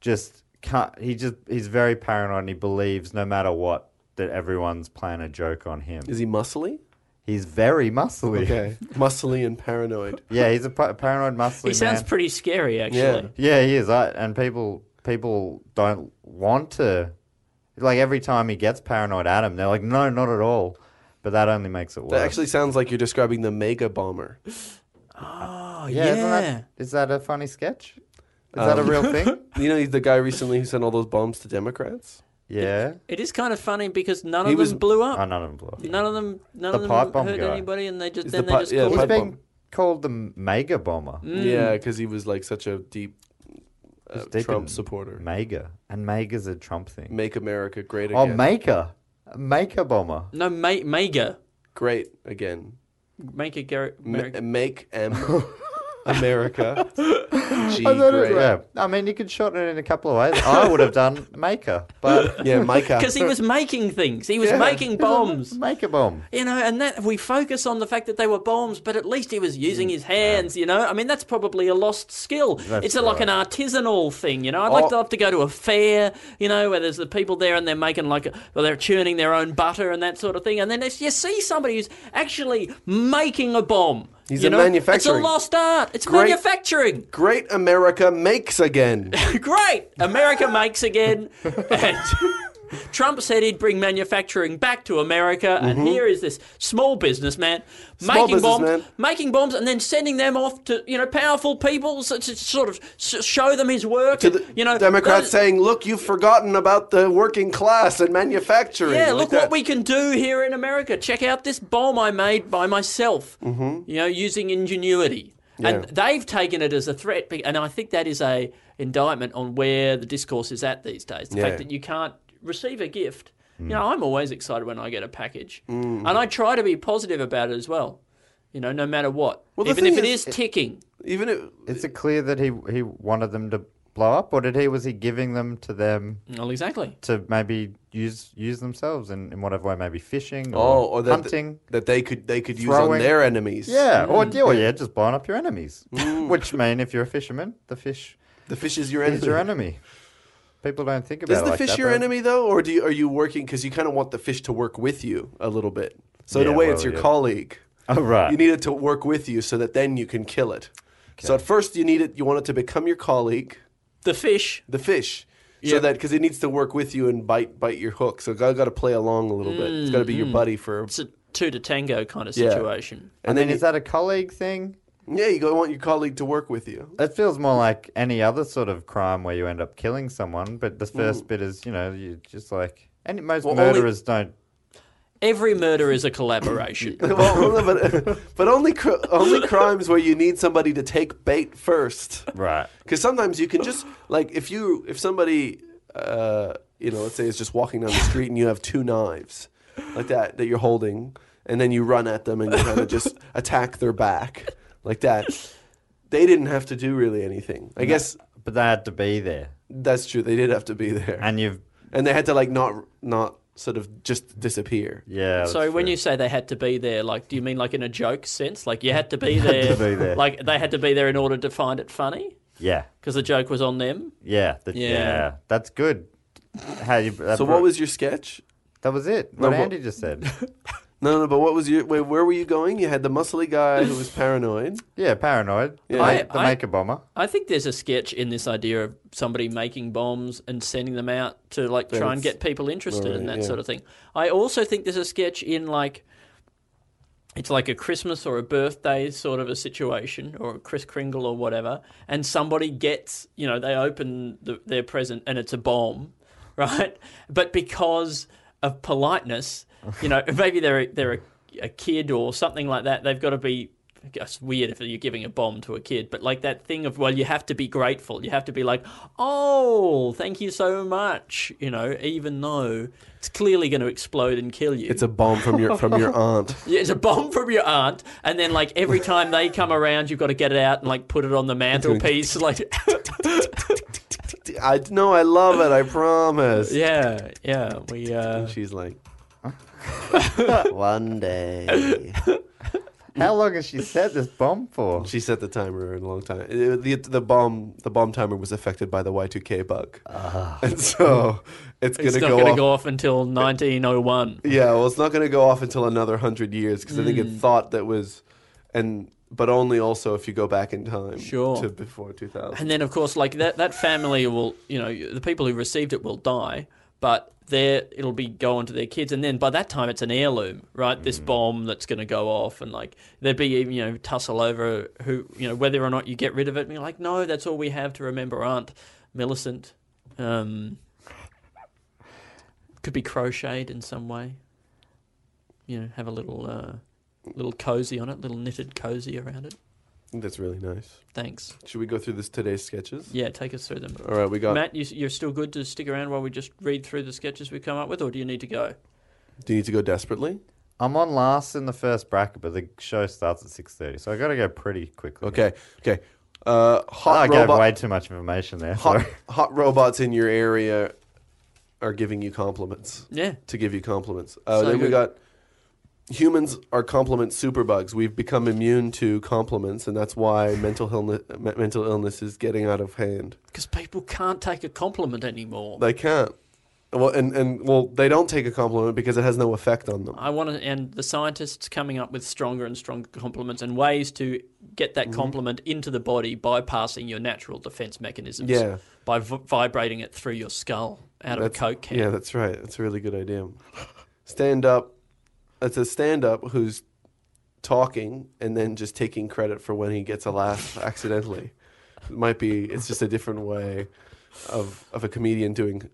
Speaker 5: Just can't, he just he's very paranoid and he believes no matter what that everyone's playing a joke on him.
Speaker 4: Is he muscly?
Speaker 5: He's very muscly.
Speaker 4: Okay, muscly and paranoid.
Speaker 5: Yeah, he's a pa- paranoid muscly
Speaker 3: He sounds
Speaker 5: man.
Speaker 3: pretty scary, actually.
Speaker 4: Yeah.
Speaker 5: Yeah, he is. I, and people people don't want to. Like every time he gets paranoid at him, they're like, "No, not at all." But that only makes it worse.
Speaker 4: That actually sounds like you're describing the mega bomber.
Speaker 3: Oh,
Speaker 5: yeah,
Speaker 3: yeah.
Speaker 5: Isn't that, is that a funny sketch? Is that a real thing?
Speaker 4: You know, he's the guy recently who sent all those bombs to Democrats.
Speaker 5: yeah.
Speaker 3: It is kind of funny because none of
Speaker 4: He
Speaker 3: them
Speaker 4: was-
Speaker 3: blew
Speaker 5: Oh,
Speaker 3: up.
Speaker 5: none of them blew. up.
Speaker 3: None of them, none
Speaker 5: The
Speaker 3: of
Speaker 5: pipe
Speaker 3: them
Speaker 5: bomb
Speaker 3: hurt
Speaker 5: guy.
Speaker 3: anybody, and they just
Speaker 4: Is
Speaker 3: then
Speaker 4: the
Speaker 3: they
Speaker 4: pi-
Speaker 3: just
Speaker 4: yeah,
Speaker 3: called
Speaker 5: He's
Speaker 4: pipe
Speaker 3: it. Mm.
Speaker 5: been
Speaker 4: bomb.
Speaker 5: called the mega bomber.
Speaker 4: Yeah, 'cause Yeah, because he was like such a deep uh,
Speaker 5: Just deep
Speaker 4: Trump
Speaker 5: in
Speaker 4: supporter.
Speaker 5: Mega, and mega's a Trump thing.
Speaker 4: Make America great
Speaker 5: oh,
Speaker 4: again.
Speaker 5: maker, maker bomber.
Speaker 3: No, ma- mega,
Speaker 4: great again.
Speaker 3: mega Gar-
Speaker 4: M-
Speaker 3: America.
Speaker 4: make M- America. G
Speaker 3: Oh,
Speaker 5: I thought it-
Speaker 4: great.
Speaker 5: yeah, I mean, you could shorten it in a couple of ways. I would have done maker, but
Speaker 4: yeah, Micah.
Speaker 3: Because he was making things. He was making bombs.
Speaker 5: maker bomb.
Speaker 3: You know, and that we focus on the fact that they were bombs, but at least he was
Speaker 4: Mm.
Speaker 3: using his hands. You know, I mean, that's probably a lost skill. it's a, like an artisanal thing. You know, I'd
Speaker 4: Oh.
Speaker 3: like to have to go to a fair. You know, where there's the people there and they're making like, a, well, they're churning their own butter and that sort of thing. And then if you see somebody who's actually making a bomb.
Speaker 4: He's
Speaker 3: you
Speaker 4: a
Speaker 3: know?
Speaker 4: manufacturing.
Speaker 3: It's a lost art. It's
Speaker 4: Great.
Speaker 3: manufacturing.
Speaker 4: Great America makes again.
Speaker 3: Great! America makes again. And Trump said he'd bring manufacturing back to America, and here is this small businessman
Speaker 4: Mm-hmm. Small
Speaker 3: making bombs,
Speaker 4: businessman.
Speaker 3: making bombs, and then sending them off to you know powerful people so, to sort of s- show them his work.
Speaker 4: to
Speaker 3: and,
Speaker 4: the
Speaker 3: you know,
Speaker 4: Democrats
Speaker 3: those-
Speaker 4: saying, "Look, you've forgotten about the working class and manufacturing."
Speaker 3: Yeah,
Speaker 4: like
Speaker 3: look
Speaker 4: that.
Speaker 3: what we can do here in America. Check out this bomb I made by myself, you know, using ingenuity. And
Speaker 4: Mm-hmm. Yeah.
Speaker 3: they've taken it as a threat. be- And I think that is a indictment on where the discourse is at these days. The
Speaker 4: Yeah. Mm.
Speaker 3: fact that you can't receive a gift. You know, I'm always excited when I get a package. And I try to be positive about it as well, you know, no matter what.
Speaker 4: the
Speaker 3: Even if
Speaker 4: thing
Speaker 3: it
Speaker 4: is-
Speaker 3: is ticking.
Speaker 4: Even if,
Speaker 5: Is it clear that he he wanted them to blow up, or did he was he giving them to them
Speaker 3: Well, exactly.
Speaker 5: to maybe use use themselves in, in whatever way, maybe fishing or,
Speaker 4: oh, or that,
Speaker 5: hunting?
Speaker 4: that they could they could use on
Speaker 5: throwing.
Speaker 4: their enemies.
Speaker 5: yeah, or yeah, or yeah, just blowing up your enemies.
Speaker 4: Hmm.
Speaker 5: Which mean, if you're a fisherman, the fish
Speaker 4: the fish is your enemy.
Speaker 5: is your enemy. People don't think about
Speaker 4: Is
Speaker 5: it
Speaker 4: the
Speaker 5: like
Speaker 4: fish
Speaker 5: that,
Speaker 4: your
Speaker 5: but-
Speaker 4: enemy though, or do you, are you working because you kind of want the fish to work with you a little bit? So in a
Speaker 5: Yeah,
Speaker 4: way, it's
Speaker 5: well,
Speaker 4: your
Speaker 5: yeah.
Speaker 4: colleague.
Speaker 5: Oh, right.
Speaker 4: You need it to work with you so that then you can kill it. So at first, you need it. You want it to become your colleague.
Speaker 3: The fish.
Speaker 4: the fish. So
Speaker 3: Yep.
Speaker 4: that because it needs to work with you and bite bite your hook, so got got to play along a little bit. It's got to be your buddy for,
Speaker 3: It's a two to tango kind of
Speaker 4: Yeah.
Speaker 3: situation.
Speaker 5: Mm-hmm. I
Speaker 4: and
Speaker 5: mean,
Speaker 4: then you,
Speaker 5: is that a colleague thing?
Speaker 4: yeah, you go want your colleague to work with you.
Speaker 5: It feels more like any other sort of crime where you end up killing someone, but the first bit is, you know, you just like and most
Speaker 4: Hmm. Well, only-
Speaker 5: murderers don't
Speaker 3: Every murder is a collaboration.
Speaker 4: Well, but but only cr- only crimes where you need somebody to take bait first,
Speaker 5: Right.
Speaker 4: Because sometimes you can just like if you if somebody uh, you know let's say is just walking down the street and you have two knives like that that you're holding and then you run at them and you kind of just attack their back like that. They didn't have to do really anything. I guess
Speaker 5: But they had to be there.
Speaker 4: that's true. They did have to be there, and,
Speaker 5: And you've
Speaker 4: they had to like not not sort of just disappear.
Speaker 5: Yeah.
Speaker 3: So
Speaker 5: that's
Speaker 3: when
Speaker 5: true.
Speaker 3: you say they had to be there, like, do you mean like in a joke sense? Like you had to be there,
Speaker 5: be there.
Speaker 3: like they had to be there in order to find it funny
Speaker 5: yeah,
Speaker 3: because the joke was on them.
Speaker 5: yeah, the-
Speaker 3: Yeah.
Speaker 5: yeah, that's good. How you? That
Speaker 4: So what was your sketch?
Speaker 5: that? Was it
Speaker 4: No,
Speaker 5: what
Speaker 4: what-
Speaker 5: Andy just said?
Speaker 4: No, no, but what was your wait? Where were you going? You had the muscly guy who was paranoid.
Speaker 5: yeah, paranoid. The,
Speaker 4: Yeah.
Speaker 5: ma- the
Speaker 3: I- I-
Speaker 5: maker bomber.
Speaker 3: I think there's a sketch in this idea of somebody making bombs and sending them out to like try and get
Speaker 4: That's-
Speaker 3: people interested and
Speaker 4: right,
Speaker 3: that
Speaker 4: yeah.
Speaker 3: sort of thing. I also think there's a sketch in like it's like a Christmas or a birthday sort of a situation or a Kris Kringle or whatever, and somebody gets you know they open the, their present and it's a bomb, right? But because of politeness, you know maybe they're they're a, a kid or something like that. They've got to be. It's weird if you're giving a bomb to a kid, but like that thing of well, you have to be grateful. You have to be like, oh, thank you so much. You know, even though it's clearly going to explode and kill you.
Speaker 4: It's a bomb from your from your aunt.
Speaker 3: Yeah, it's a bomb from your aunt, and then like every time they come around, you've got to get it out and like put it on the mantelpiece. Like,
Speaker 4: I no, I love it. I promise.
Speaker 3: yeah, yeah, we. Uh,
Speaker 4: And she's like, one day.
Speaker 5: How long has she set this bomb for?
Speaker 4: She set the timer in a long time. It- the the bomb the bomb timer was affected by the Y two K bug, and so it's gonna
Speaker 3: it's not
Speaker 4: go
Speaker 3: going to
Speaker 4: off.
Speaker 3: go off until 1901.
Speaker 4: Yeah, well, it's not going to go off until another hundred years because I think
Speaker 3: Hmm.
Speaker 4: it thought that was, and but only also if you go back in time
Speaker 3: Sure.
Speaker 4: to before two thousand.
Speaker 3: And then, of course, like that, that family will, you know, the people who received it will die, but there it'll be going to their kids, and then by that time it's an heirloom, right? This bomb that's going to go off, and like there'd be even, you know tussle over who, you know, whether or not you get rid of it. And you're like, no, that's all we have to remember, Aunt Millicent. Um, could be crocheted in some way. You know, have a little uh, little cozy on it, little knitted cozy around it.
Speaker 4: That's really nice.
Speaker 3: Thanks.
Speaker 4: Should we go through this today's sketches?
Speaker 3: Yeah, take us through them.
Speaker 4: All right, we got.
Speaker 3: Matt, you, you're still good to stick around while we just read through the sketches we come up with, or do you need to go?
Speaker 4: Do you need to go desperately?
Speaker 5: I'm on last in the first bracket, but the show starts at six thirty, so I got to go pretty quickly.
Speaker 4: Okay, okay. Uh,
Speaker 5: I
Speaker 4: hot
Speaker 5: gave
Speaker 4: robot.
Speaker 5: way too much information there.
Speaker 4: hot,
Speaker 5: Sorry.
Speaker 4: hot robots in your area are giving you compliments.
Speaker 3: Yeah.
Speaker 4: To give you compliments. Uh,
Speaker 3: So
Speaker 4: then we
Speaker 3: good.
Speaker 4: got humans are compliment superbugs. We've become immune to compliments, and that's why mental illness me- mental illness is getting out of hand.
Speaker 3: Because people can't take a compliment anymore.
Speaker 4: They can't. Well, and, and well, they don't take a compliment because it has no effect on them.
Speaker 3: I want to, and the scientists coming up with stronger and stronger compliments and ways to get that
Speaker 4: Mm-hmm.
Speaker 3: compliment into the body, bypassing your natural defense mechanisms.
Speaker 4: Yeah.
Speaker 3: By v- vibrating it through your skull out of a
Speaker 4: That's-
Speaker 3: coke can.
Speaker 4: Yeah, that's right. That's a really good idea. Stand up. It's a stand up who's talking and then just taking credit for when he gets a laugh accidentally. It might be it's just a different way of of a comedian doing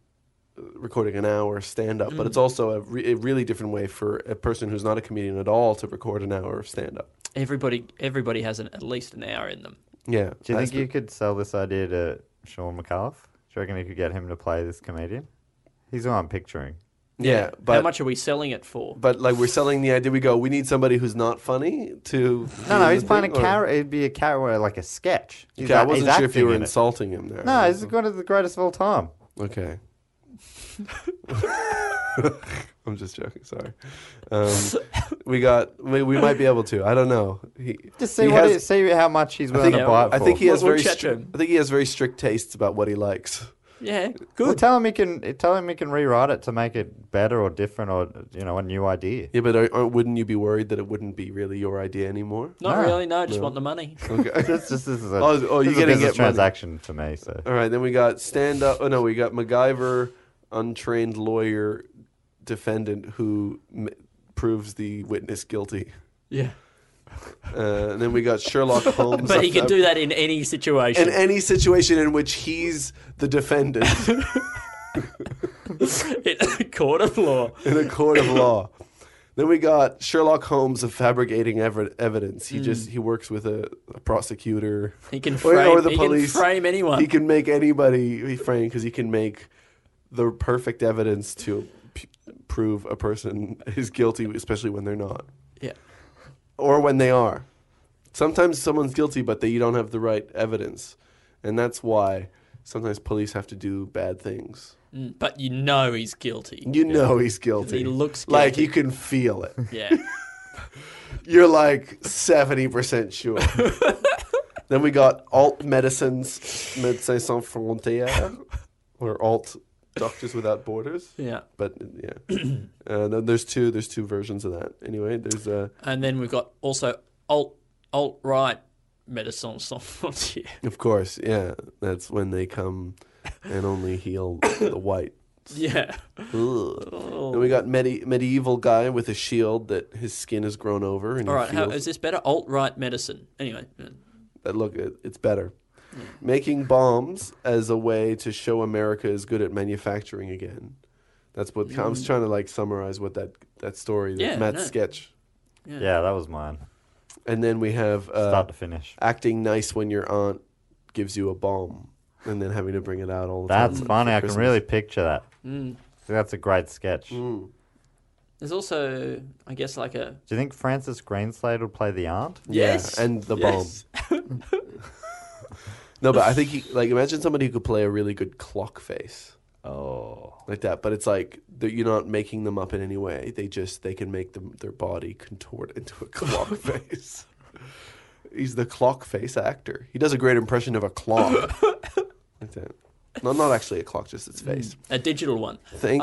Speaker 4: recording an hour stand up, but it's also a, re- a really different way for a person who's not a comedian at all to record an hour of stand up.
Speaker 3: Everybody, everybody has an, at least an hour in them.
Speaker 4: Yeah.
Speaker 5: Do you
Speaker 4: that's
Speaker 5: think you could sell this idea to Sean McAuliffe? Do you reckon you could get him to play this comedian? He's who I'm picturing.
Speaker 4: the- yeah, but
Speaker 3: How much are we selling it for?
Speaker 4: but like we're selling the idea we go we need somebody who's not funny to
Speaker 5: No, no,
Speaker 4: do
Speaker 5: he's
Speaker 4: the
Speaker 5: playing a
Speaker 4: thing, or-
Speaker 5: character. It'd be a character like a sketch. He's
Speaker 4: okay, I
Speaker 5: act- he's
Speaker 4: wasn't sure if
Speaker 5: acting
Speaker 4: you were
Speaker 5: in it.
Speaker 4: insulting him there.
Speaker 5: No, he's one of the greatest of all time.
Speaker 4: Okay. I'm just joking. Sorry. Um, we got. We, we might be able to. I don't know. He,
Speaker 5: Just see
Speaker 4: he
Speaker 5: what
Speaker 4: has-
Speaker 5: he- see how much he's willing
Speaker 4: think-
Speaker 5: to buy. it
Speaker 4: I think
Speaker 5: for.
Speaker 4: he has
Speaker 3: We'll- we'll
Speaker 4: very.
Speaker 3: chat to
Speaker 4: stri-
Speaker 3: him.
Speaker 4: I think he has very strict tastes about what he likes.
Speaker 3: Yeah,
Speaker 5: Well,
Speaker 3: good.
Speaker 5: tell him he can. Tell him he can rewrite it to make it better or different or you know a new idea.
Speaker 4: Yeah, but are, are, wouldn't you be worried that it wouldn't be really your idea anymore?
Speaker 3: Not
Speaker 5: No.
Speaker 3: really, no, just want the money.
Speaker 4: Okay.
Speaker 5: This, this, this is a,
Speaker 4: Oh, oh,
Speaker 5: this
Speaker 4: you're
Speaker 5: is a
Speaker 4: gonna
Speaker 5: business
Speaker 4: get money.
Speaker 5: transaction for me. So
Speaker 4: All right. Then we got stand up. Oh no, we got MacGyver, untrained lawyer, defendant who m- proves the witness guilty.
Speaker 3: Yeah.
Speaker 4: Uh, and then we got Sherlock Holmes.
Speaker 3: But he can
Speaker 4: Uh,
Speaker 3: do that in any situation.
Speaker 4: in any situation in which he's the defendant
Speaker 3: in a court of law.
Speaker 4: in a court of law. Then we got Sherlock Holmes of fabricating ev- evidence. He just he works with a, a prosecutor.
Speaker 3: Hmm. He can
Speaker 4: Or-
Speaker 3: frame,
Speaker 4: or the
Speaker 3: he
Speaker 4: police.
Speaker 3: can frame anyone.
Speaker 4: He can make anybody be framed because he can make the perfect evidence to p- prove a person is guilty, especially when they're not
Speaker 3: yeah.
Speaker 4: or when they are. Sometimes someone's guilty, but they, you don't have the right evidence, and that's why sometimes police have to do bad things.
Speaker 3: Mm, But you know he's guilty.
Speaker 4: You know he's guilty.
Speaker 3: He looks
Speaker 4: like
Speaker 3: guilty.
Speaker 4: you can feel it.
Speaker 3: Yeah.
Speaker 4: You're like 70% sure. then we got Alt Medicines Médecins Sans Frontières or Alt Doctors Without Borders.
Speaker 3: Yeah.
Speaker 4: But yeah. uh, no, there's two there's two versions of that. Anyway, there's uh,
Speaker 3: And then we've got also alt alt right medicine sans frontières.
Speaker 4: of course, yeah, that's when they come and only heal the white.
Speaker 3: Yeah. Oh.
Speaker 4: And we got medi- medieval guy with a shield that his skin has grown over and
Speaker 3: All right.
Speaker 4: he
Speaker 3: How,
Speaker 4: feels
Speaker 3: is this better? Alt right medicine. Anyway. mm. yeah.
Speaker 4: But look, it, it's better.
Speaker 3: Hmm.
Speaker 4: Making bombs as a way to show America is good at manufacturing again. That's what I was trying to like summarize what that that story, that
Speaker 3: Hmm. Yeah,
Speaker 4: Matt's
Speaker 3: no.
Speaker 4: sketch.
Speaker 5: Yeah, that was mine.
Speaker 4: And then we have uh,
Speaker 5: Start to finish.
Speaker 4: acting nice when your aunt gives you a bomb, and then having to bring it out all the time.
Speaker 5: That's
Speaker 4: mm, for
Speaker 5: funny. I can
Speaker 4: Christmas. Mm.
Speaker 5: really picture that. That's a great sketch.
Speaker 3: There's also, I guess, like a
Speaker 5: Do you think Francis Greenslade would play the aunt?
Speaker 4: Yeah,
Speaker 3: Yes.
Speaker 4: and the
Speaker 3: Yes.
Speaker 4: bomb. no, but I think he, like imagine somebody who could play a really good clock face. Oh, like that. But it's like that you're not making them up in any way. They just they can make them their body contort into a clock face. He's the clock face actor. He does a great impression of a clock. like that. No, not actually a clock, just its face.
Speaker 3: a digital one.
Speaker 4: Thank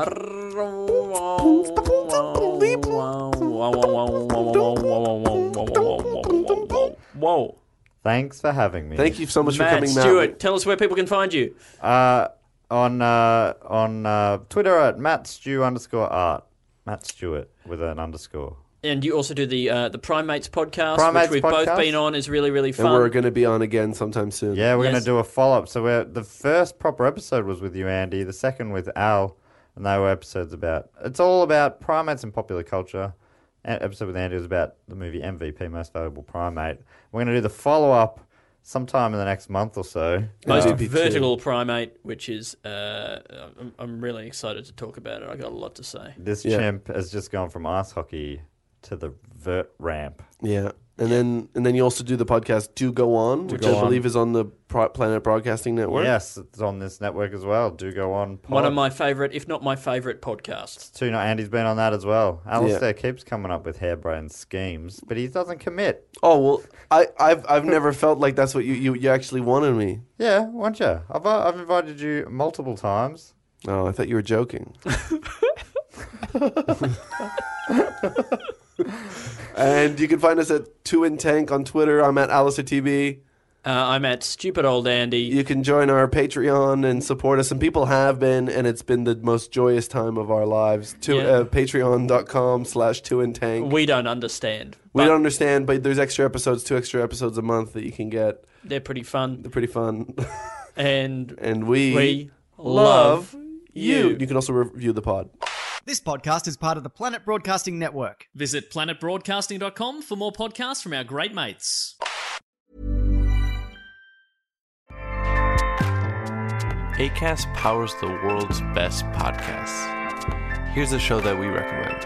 Speaker 3: Whoa.
Speaker 5: Thanks for having me.
Speaker 4: Thank you so much for
Speaker 3: Matt
Speaker 4: coming,
Speaker 3: Stewart, tell us where people can find you.
Speaker 5: Uh, on uh, on uh, Twitter at Matt Stew underscore art. Matt Stewart with an underscore.
Speaker 3: And you also do the uh, the Primates podcast,
Speaker 5: Primates
Speaker 3: which we've both
Speaker 5: podcast.
Speaker 3: been on. is really really
Speaker 4: Matt. And we're
Speaker 3: fun.
Speaker 4: going to be on again sometime soon.
Speaker 5: Yeah, we're
Speaker 3: Yes.
Speaker 5: gonna do a follow up. So we're, the first proper episode was with you, Andy. The second with Al, and they were episodes about. It's all about primates and popular culture. A- episode with Andy was about the movie MVP, Most Valuable Primate. We're gonna do the follow up sometime in the next month or so.
Speaker 3: Most
Speaker 4: Yeah.
Speaker 3: vertical primate, which is uh, I'm, I'm really excited to talk about it. I got a lot to say.
Speaker 5: This
Speaker 4: Yeah.
Speaker 5: chimp has just gone from ice hockey to the vert ramp.
Speaker 4: Yeah. And then and then you also do the podcast Do Go On, which
Speaker 5: Go
Speaker 4: I
Speaker 5: On.
Speaker 4: believe is on the Pro- Planet Broadcasting Network.
Speaker 5: Yes, it's on this network as well. Do go on.
Speaker 4: Oh.
Speaker 5: Pod.
Speaker 3: One of my favorite, if not my favorite, podcasts.
Speaker 5: Two, no, Andy's been on that as well. Alistair keeps coming up with harebrained schemes, but he doesn't commit.
Speaker 4: Oh well, I, I've I've never felt like that's what you, you, you actually wanted me.
Speaker 5: Yeah, won't you? I've, uh, I've invited you multiple times.
Speaker 4: Oh, I thought you were joking. and you can find us at Two in Tank on Twitter. I'm at Alistair TV.
Speaker 3: Uh, I'm at stupid old Andy.
Speaker 4: You can join our Patreon and support us. And people have been, and it's been the most joyous time of our lives. To
Speaker 3: Yeah.
Speaker 4: uh, Patreon.com slash Two in Tank.
Speaker 3: We don't understand.
Speaker 4: We
Speaker 3: but
Speaker 4: don't understand, but there's extra episodes, two extra episodes a month that you can get.
Speaker 3: They're pretty fun,
Speaker 4: They're pretty fun.
Speaker 3: and
Speaker 4: and we,
Speaker 3: we love you.
Speaker 4: You can also review the pod.
Speaker 1: This podcast is part of the Planet Broadcasting Network.
Speaker 2: Visit planetbroadcasting.com for more podcasts from our great mates.
Speaker 7: ACAST powers the world's best podcasts. Here's a show that we recommend.